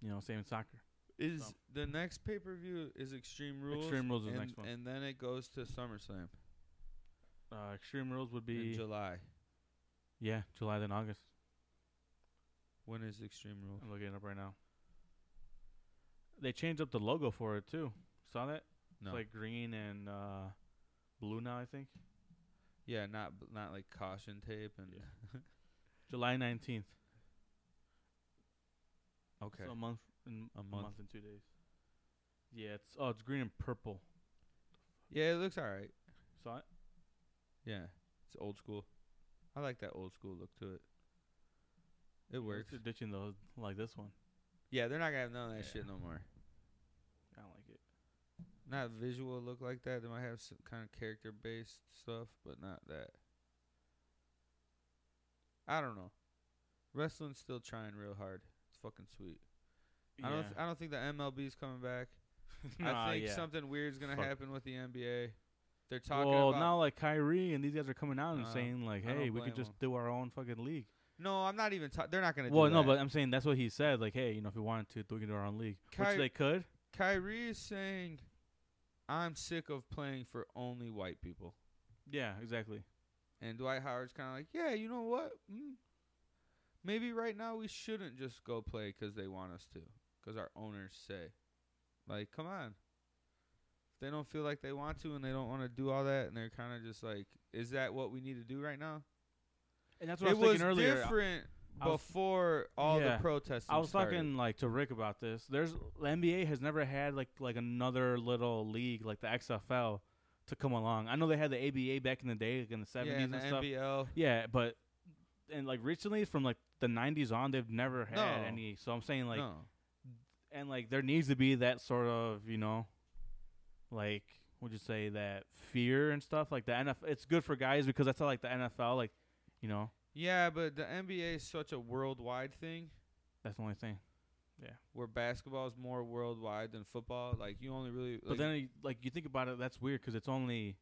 You know, same in soccer. Is So- the next pay per view is Extreme Rules? Extreme Rules is the and, next one. and then it goes to SummerSlam Uh, Extreme Rules would in be July. yeah, July then August. When is Extreme Rules? I'm looking it up right now. They changed up the logo for it too. Saw that? No, It's like green and uh, blue now. I think. yeah, not b- not like caution tape and July nineteenth. okay, So a month in A a month. month. and two days. Yeah, it's oh, it's green and purple. yeah, it looks all right. Saw it. Yeah, it's old school. I like that old school look to it. It works. They're ditching those like this one. Yeah, they're not gonna have none of that Yeah. shit no more. I don't like it. Not visual look like that. They might have some kind of character based stuff, but not that. I don't know. Wrestling's still trying real hard. It's fucking sweet. I don't. Th- I don't think the MLB's coming back. I think something weird's gonna Fuck. happen with the NBA. They're talking well, about. now like Kyrie and these guys are coming out and No, saying like, I don't "Hey, we blame could just 'em. do our own fucking league." no, I'm not even. Ta- they're not gonna. Well, do no, that. but I'm saying that's what he said. Like, "Hey, you know, if we wanted to, we could do our own league," Ky- which they could. Kyrie is saying, "I'm sick of playing for only white people." Yeah, exactly. And Dwight Howard's kind of like, yeah, you know what? Mm. Maybe right now we shouldn't just go play 'cause they want us to, 'cause our owners say. Like, come on. If they don't feel like they want to and they don't want to do all that, and they're kind of just like, is that what we need to do right now? And that's what I it was was thinking earlier. different I was- before all Yeah. the protests. I was started. talking like to Rick about this. There's the NBA has never had like like another little league like the XFL to come along. I know they had the ABA back in the day, like in the yeah, seventies and and, the stuff. NBL. Yeah, but and like recently from like the nineties on, they've never had No. any. So I'm saying like no, and like there needs to be that sort of you know, like would you say that fear and stuff like the NFL. It's good for guys because that's how like the NFL like you know yeah, but the NBA is such a worldwide thing. that's the only thing. Where basketball is more worldwide than football, like you only really. But like, then, you- like you think about it, that's weird because it's only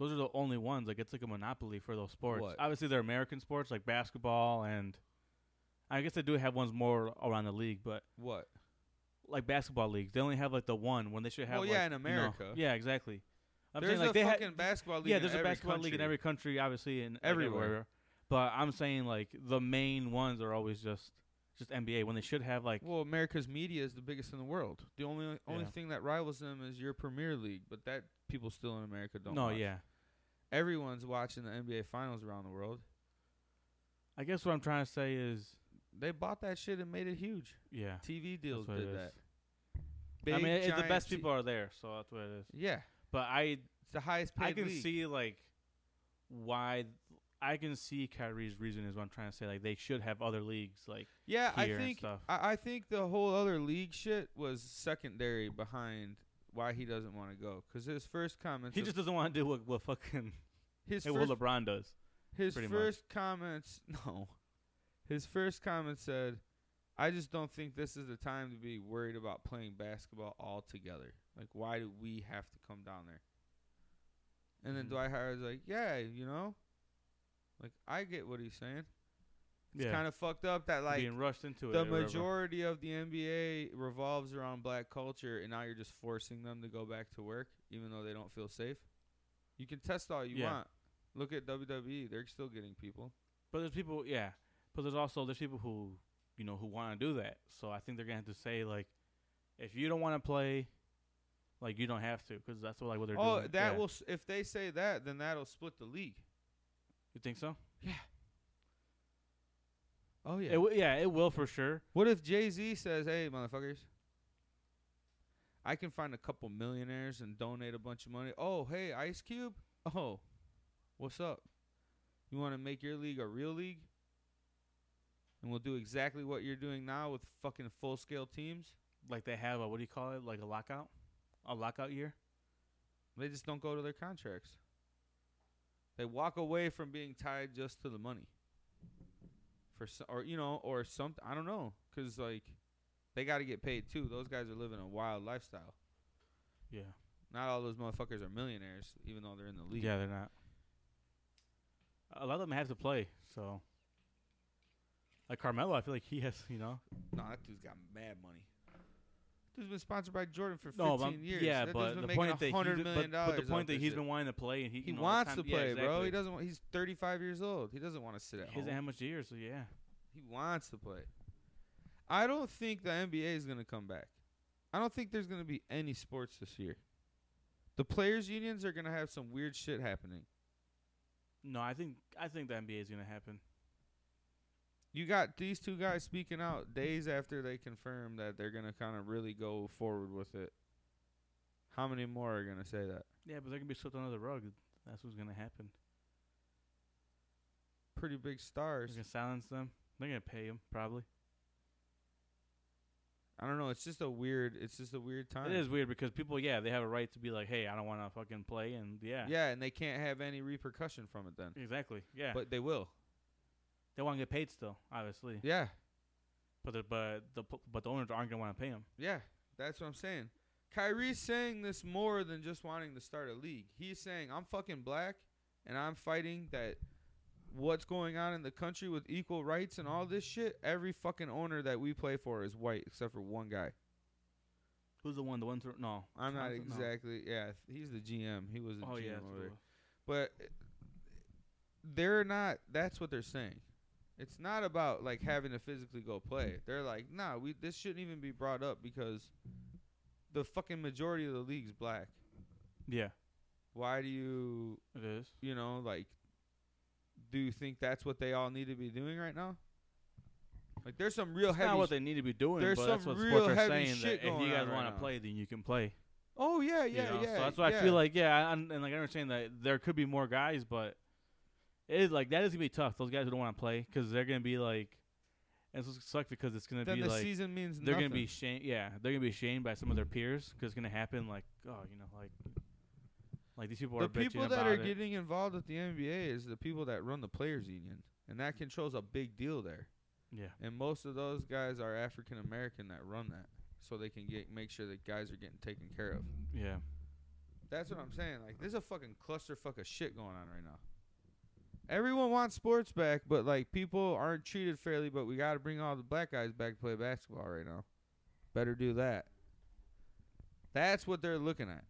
those are the only ones. Like it's like a monopoly for those sports. What? Obviously, they're American sports like basketball, and I guess they do have ones more around the league. But what? like basketball leagues, they only have like the one when they should have. Well, yeah, like, in you know- America. yeah, exactly. I'm there's saying like a they ha- fucking basketball league. yeah, in there's a every basketball league in country. every country, obviously, and like, Everywhere. But I'm saying like the main ones are always just just NBA when they should have like Well, America's media is the biggest in the world. The only only Yeah. thing that rivals them is your Premier League, but that people still in America don't. no, watch. yeah. everyone's watching the NBA Finals around the world. I guess what I'm trying to say is They bought that shit and made it huge. yeah. TV deals what it did is. that. I mean, it's the giant best t- people are there, so that's what it is. Yeah, But I, it's the highest paid. I can league. see like why I can see Kyrie's reason is what I'm trying to say. Like they should have other leagues. Like Yeah, I here and think stuff. I, I think the whole other league shit was secondary behind why he doesn't want to go. Because his first comments, He of- just doesn't want to do what, what fucking his hey, what first LeBron does. His pretty much. first comments, no. His first comment said, "I just don't think this is the time to be worried about playing basketball altogether. Like, why do we have to come down there?" And then Mhm. Dwight Howard's like, "Yeah, you know, like I get what he's saying. It's kind of fucked up that like being rushed into it. the or whatever. majority of the NBA revolves around black culture, and now you're just forcing them to go back to work, even though they don't feel safe. You can test all you Yeah. want. Look at WWE; they're still getting people. But there's people, yeah. But there's also there's people who you know who want to do that. So I think they're gonna have to say like, if you don't want to play, like you don't have to, because that's what like what they're Oh, doing. that Yeah. will. s- If they say that, then that'll split the league. You think so? Oh It w- yeah, it will for sure. what if Jay Z says, "Hey, motherfuckers, I can find a couple millionaires and donate a bunch of money." Oh, hey, Ice Cube. Oh, what's up? You want to make your league a real league? And we'll do exactly what you're doing now with fucking full scale teams. Like they have a what do you call it? Like a lockout, a lockout year. They just don't go to their contracts. They walk away from being tied just to the money. For so, or you know or something I don't know cuz like they got to get paid too. Those guys are living a wild lifestyle. Yeah. Not all those motherfuckers are millionaires even though they're in the league. Yeah, they're not. A lot of them have to play, so. Like Carmelo, I feel like he has, you know. No, that dude's got mad money. Dude's been sponsored by Jordan for 15 No, but I'm- years. yeah, that but dude's been the making point that he, $100 did- million but, but the off point that this he's shit. been wanting to play, and he, he you know, the wants to time- play, yeah, bro. He exactly. doesn't want he's 35 years old. He doesn't want to sit at He home. doesn't have much years, so yeah. He wants to play. I don't think the NBA is going to come back. I don't think there's going to be any sports this year. The players' unions are going to have some weird shit happening. No, I think I think the NBA is gonna happen. You got these two guys speaking out days after they confirm that they're going to kind of really go forward with it. How many more are going to say that? Yeah, but they're gonna be swept under the rug. That's what's gonna happen. Pretty They're big stars. gonna silence them. They're gonna pay them probably. I don't know. It's just a weird. It's just a weird time. It is weird because people, yeah, they have a right to be like, hey, I don't want to fucking play, and yeah, Yeah, and they can't have any repercussion from it then. exactly, yeah. But they will. they want to get paid still, obviously. Yeah. But the but the p- but the owners aren't gonna want to pay them. Yeah, that's what I'm saying. Kyrie's saying this more than just wanting to start a league. He's saying I'm fucking black and I'm fighting that what's going on in the country with equal rights and all this shit. Every fucking owner that we play for is white except for one guy. Who's the one? The one through? No, I'm not Johnson? No. exactly. Yeah, he's the GM. He was the Oh GM yeah, over there. through- But eh, they're not. That's what they're saying. It's not about like having to physically go play. They're like, nah, we this shouldn't even be brought up because the fucking majority of the league's black. yeah, Why do you, it is. you know, like, do you think that's what they all need to be doing right now? Like, there's some real It's heavy. not what sh- they need to be doing. there's but that's some what real sports are heavy saying. shit that if going you on guys right want now. to play, then you can play. oh yeah, you yeah, know? yeah. So that's why I feel yeah. like, yeah, I, and like I understand that there could be more guys, but it is like that is gonna be tough. Those guys who don't want to play because they're gonna be like, and it's suck because it's gonna then be the like season means they're nothing. gonna be shamed. Yeah, they're gonna be shamed by some of their peers because it's gonna happen. Like, oh, you know, like, like these people are the bitching people that about are it. getting involved with the NBA is the people that run the players union, and that controls a big deal there. yeah, And most of those guys are African American that run that, so they can get make sure that guys are getting taken care of. yeah, That's what I'm saying. Like, there's a fucking clusterfuck of shit going on right now. Everyone wants sports back, but like people aren't treated fairly. But we got to bring all the black guys back to play basketball right now. Better do that. That's what they're looking at.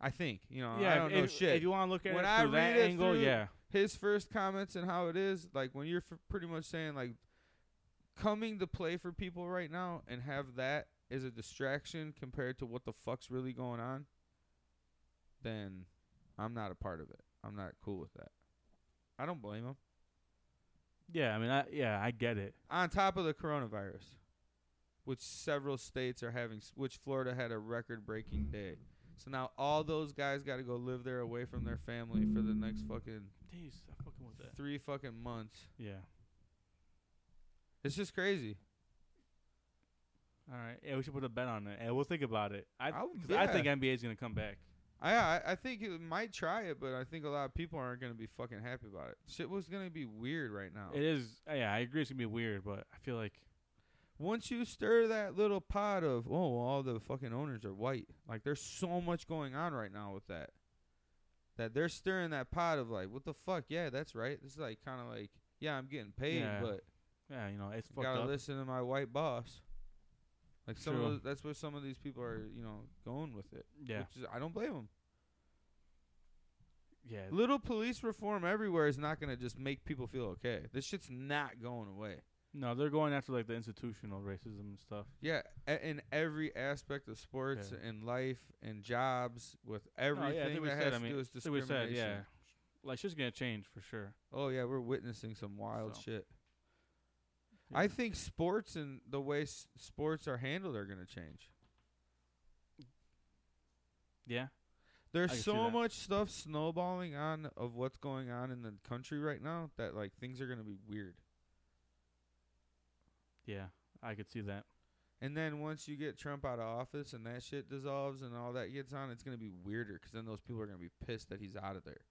I think. You know, yeah. Uh, I don't if, know shit. If you want to look at When it I through that read it angle, through- yeah, his first comments and how it is like when you're f- pretty much saying like coming to play for people right now and have that is a distraction compared to what the fuck's really going on then i'm not a part of it i'm not cool with that i don't blame him yeah. I mean, I, yeah, I get it. on top of the coronavirus which several states are having s- which florida had a record breaking day so now all those guys got to go live there away from their family for the next fucking Jeez, I fucking want that. three fucking months Yeah, it's just crazy All right. Yeah, we should put a bet on it. Yeah, we'll think about it. I I'll- 'cause I think yeah. NBA is gonna come back. I I- I think it might try it, but I think a lot of people aren't gonna be fucking happy about it. Shit was gonna be weird right now. It is. Yeah, I agree. It's gonna be weird, but I feel like Once you stir that little pot of oh, all the fucking owners are white. Like there's so much going on right now with that. That they're stirring that pot of like, what the fuck? Yeah, that's right. This is like kind of like, yeah, I'm getting paid, Yeah, but yeah, you know, it's You fucked gotta up. listen to my white boss. Like some True. of those, that's where some of these people are, you know, going with it. Yeah, Which is, I don't blame them. yeah. Little police reform everywhere is not gonna just make people feel okay. This shit's not going away. No, they're going after like the institutional racism and stuff. Yeah, a- in every aspect of sports Yeah. Oh, and life and jobs with everything I think we that said. has I to do mean, with I think we discrimination. said, yeah. Like shit's gonna change for sure. Oh yeah, we're witnessing some wild So, shit. Yeah. I think sports and the way s- sports are handled are gonna change. Yeah. I can There's see so that. much stuff snowballing on of what's going on in the country right now that like things are gonna be weird. Yeah. I could see that. And then once you get Trump out of office and that shit dissolves and all that gets on, it's gonna be weirder because then those people are gonna be pissed that he's out of there.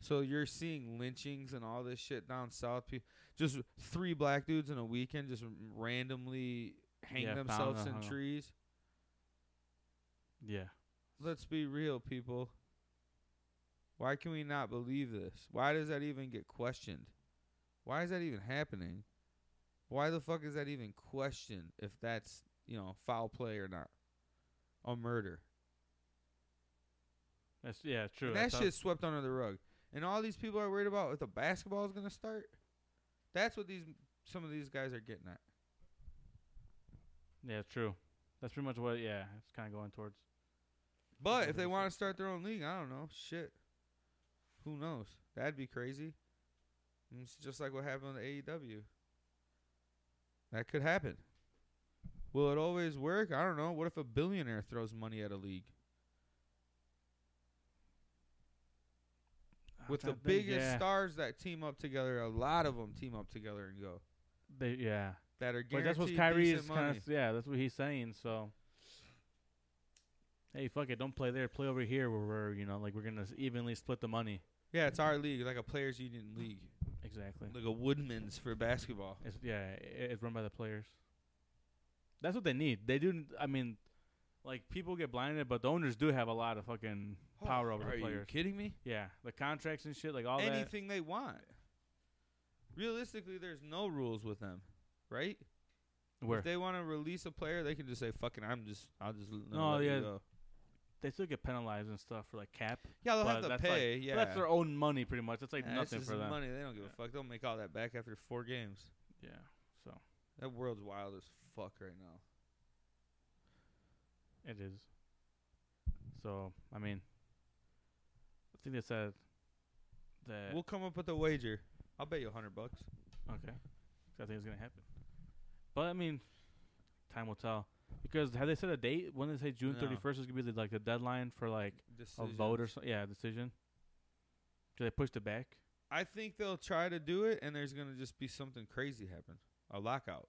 So you're seeing lynchings and all this shit down south. Pe- Just three black dudes in a weekend just randomly hang Yeah, found themselves and in hung up. trees. Yeah. Let's be real, people. Why can we not believe this? Why does that even get questioned? Why is that even happening? Why the fuck is that even questioned if that's, you know, foul play or not? A murder. That's yeah. True. And I that thought- shit's swept under the rug. And all these people are worried about if the basketball is going to start. That's what these some of these guys are getting at. Yeah. True. That's pretty much what. Yeah. It's kind of going towards. But if they want to start their own league, I don't know. Shit. Who knows? That'd be crazy. It's just like what happened with AEW. That could happen. Will it always work? I don't know. What if a billionaire throws money at a league? I'm With the trying to think, biggest yeah. stars that team up together, a lot of them team up together and go. They, yeah. That are But guaranteed that's what Kyrie's kind of. Yeah. That's what he's saying. So. Hey, fuck it. Don't play there. Play over here where we're, you know, like we're going to evenly split the money. Yeah, it's our league, like a players' union league, Exactly. like a Woodman's for basketball. It's yeah, i- it's run by the players. That's what they need. They do. I mean, like people get blinded, but the owners do have a lot of fucking power over Are the you players. kidding me? Yeah, the contracts and shit, like all that. anything they want. Realistically, there's no rules with them, right? Where If they want to release a player, they can just say, "Fucking, I'm just, I'll just." l- No, let you Oh, yeah, go." they still get penalized and stuff for like cap. yeah, they'll but have to that's like- pay. yeah, But that's their own money, pretty much. That's like Yeah, it's nothing just for them. money. They don't give Yeah. a fuck. They'll make all that back after four games. Yeah. So That world's wild as fuck right now. it is. So I mean, I think they said that. We'll come up with a wager. I'll bet you a hundred bucks. Okay. I think it's gonna happen. But I mean, time will tell. Because have they set a date? When they say June No. thirty first is gonna be the, like the deadline for like a vote or Decisions. so, yeah decision. Do they push it back? I think they'll try to do it, and there's gonna just be something crazy happen, a lockout.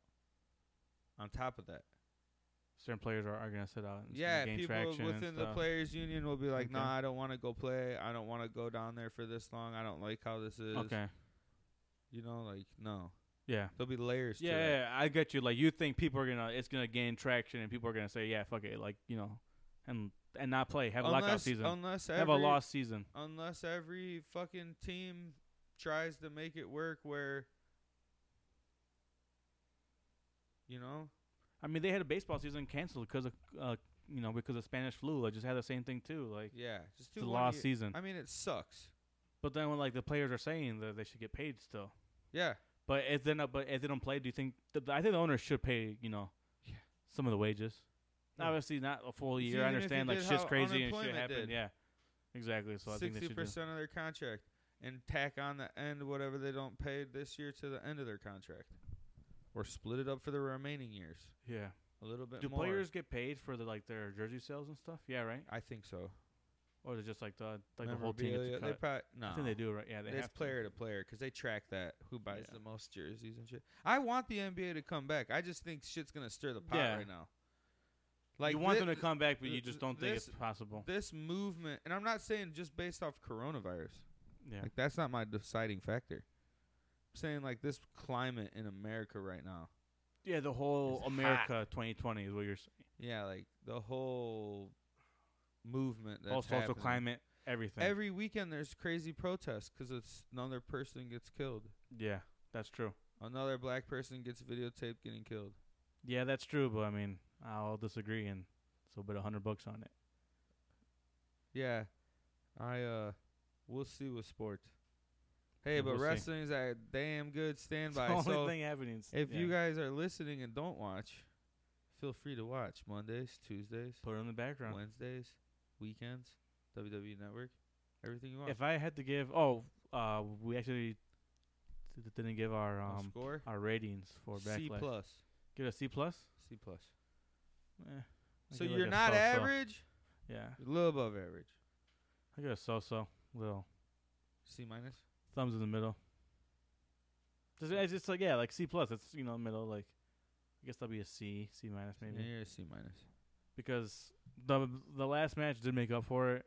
On top of that. Certain players are, are gonna sit out. And it's gonna Yeah, gain people traction and within the stuff. players union will be like, Okay. "No, I don't want to go play. I don't want to go down there for this long. I don't like how this is." Okay. You know, like no, Yeah. there'll be layers. Yeah, to yeah, it. yeah, I get you. Like you think people are gonna, it's gonna gain traction, and people are gonna say, "Yeah, fuck it," like you know, and and not play, have a lockout unless, season, Unless every, have a lost season. Unless every fucking team tries to make it work, where you know, I mean, they had a baseball season canceled because of, uh, you know, because of Spanish flu. I just had the same thing too. Like yeah, just do it's a one lost year. season. I mean, it sucks. But then when like the players are saying that they should get paid still. Yeah, But if they're not, but if they don't play, do you think? Th- I think the owners should pay. You know, Yeah. some of the wages. Yeah. Obviously, not a full It's year. I even if you understand like did shit's how crazy and shit unemployment happened. did. Yeah, exactly. So I think they sixty should. do- percent of their contract, and tack on the end whatever they don't pay this year to the end of their contract, or split it up for the remaining years Yeah. a little bit Do more. players get paid for the like their jersey sales and stuff? Yeah, right. I think so. Or is it just like the like the whole team gets a Memorabilia, cut? They probably no. I think they do, right? Yeah, they it's have to. player to player because they track that who buys Yeah. the most jerseys and shit. I want the NBA to come back. I just think shit's gonna stir the pot Yeah. right now. Like you want thi- them to come back, but th- you just don't think it's possible. this movement, and I'm not saying just based off coronavirus. yeah, Like that's not my deciding factor. I'm saying like this climate in America right now. yeah. The whole It's hot. America 2020 is what you're saying. Yeah, like the whole movement that's All sorts happening. of climate, everything. Every weekend there's crazy protests because it's another person gets killed. yeah, that's true. Another black person gets videotaped getting killed. Yeah, that's true. But I mean, I'll disagree, and so bet a hundred bucks on it. Yeah, I uh, we'll see with sports. Hey, but We'll see. wrestling's a damn good It's the standby. only so thing happening. is- if yeah. you guys are listening and don't watch, feel free to watch Mondays, Tuesdays, put it in the background. Wednesdays, weekends, WWE Network, everything you want. If I had to give, oh, uh, we actually d- d- didn't give our I'll um score our ratings for backlash. C plus, Give it a C plus. C plus. Eh, I So give it like you're a not so-so. average, Yeah, You're a little above average. I give it a so-so little C minus. thumbs in the middle. Just, it's just like yeah, like C plus. It's you know middle like. I guess that'll be a C, C minus maybe. Yeah, you're a C minus. because the the last match did make up for it,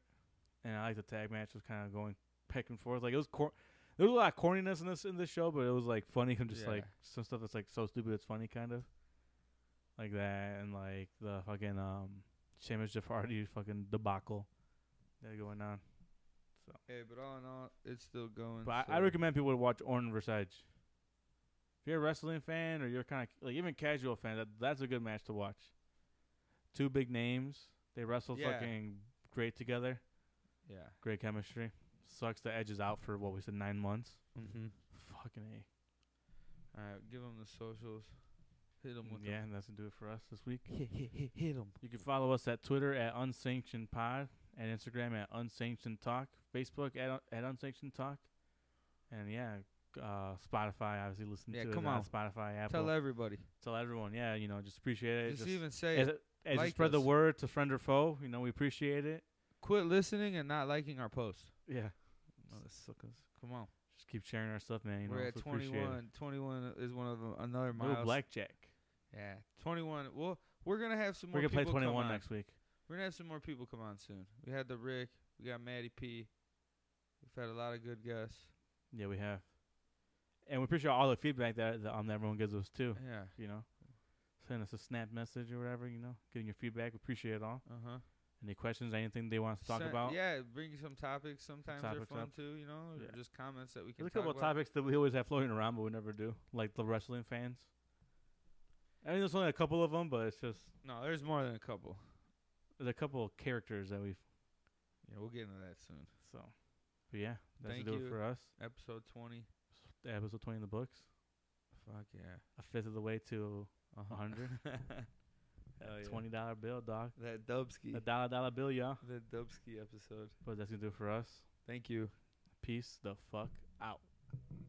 and I like the tag match was kind of going back and forth. Like it was cor- there was a lot of corniness in this in this show, but it was like funny. I'm just Yeah. like some stuff that's like so stupid it's funny, kind of like that, and like the fucking um Sheamus Jafardi fucking debacle that going on. Hey, but all in all, it's still going. But I, I so- recommend people to watch Orin Versace. If you're a wrestling fan or you're kind of like even casual fan, that that's a good match to watch. Two big names, they wrestle Yeah. fucking great together. Yeah. Great chemistry. Sucks the edge is out for what we said nine months. Mm-hmm. Fucking a. All right, give them the socials. Hit them with Yeah, and that's gonna do it for us this week. the hit, hit, hit, hit them. You can follow us at Twitter at unsanctioned pod, at Instagram at unsanctioned talk, Facebook at un- at unsanctioned talk, and yeah, uh, Spotify obviously listen Yeah, to come it on. on Spotify, Apple. Tell everybody. tell everyone. Yeah, you know, just appreciate it. just, Just, even say, as, it. as you like spread the us. word to friend or foe, you know, we appreciate it. quit listening and not liking our posts. Yeah. Come on, Just keep sharing our stuff, man. You know, we're at so appreciate it. 21. 21 is one of the, another Little milestone. blackjack. Yeah, 21. Well, we're gonna have some We're more. gonna play people come 21 on. next week. We're gonna have some more people come on soon. We had the Rick. We got Maddie P. We've had a lot of good guests. Yeah, we have. And we appreciate all the feedback that, that um that everyone gives us too. Yeah. You know, send us a snap message or whatever. You know, getting your feedback, we appreciate it all. Uh huh. Any questions, anything they want us to talk Sen- about? Yeah, bring some topics. Sometimes topics they're fun up. too. You know, or Yeah. just comments that we can There's a talk couple of about. topics that we always have floating around, but we never do, like the wrestling fans. I mean, there's only a couple of them, but it's just No, there's more than a couple. there's a couple of characters that we've Yeah, we'll get into that soon. so. But yeah, that's Thank gonna do you. it for us. Episode 20. Episode 20 in the books, Fuck yeah. Uh-huh. a fifth of the way to a hundred. Hell yeah. Twenty dollar bill, dog. That Dubsky. A dollar dollar bill, y'all. The Dubsky episode. But that's gonna do it for us. Thank you. Peace the fuck out.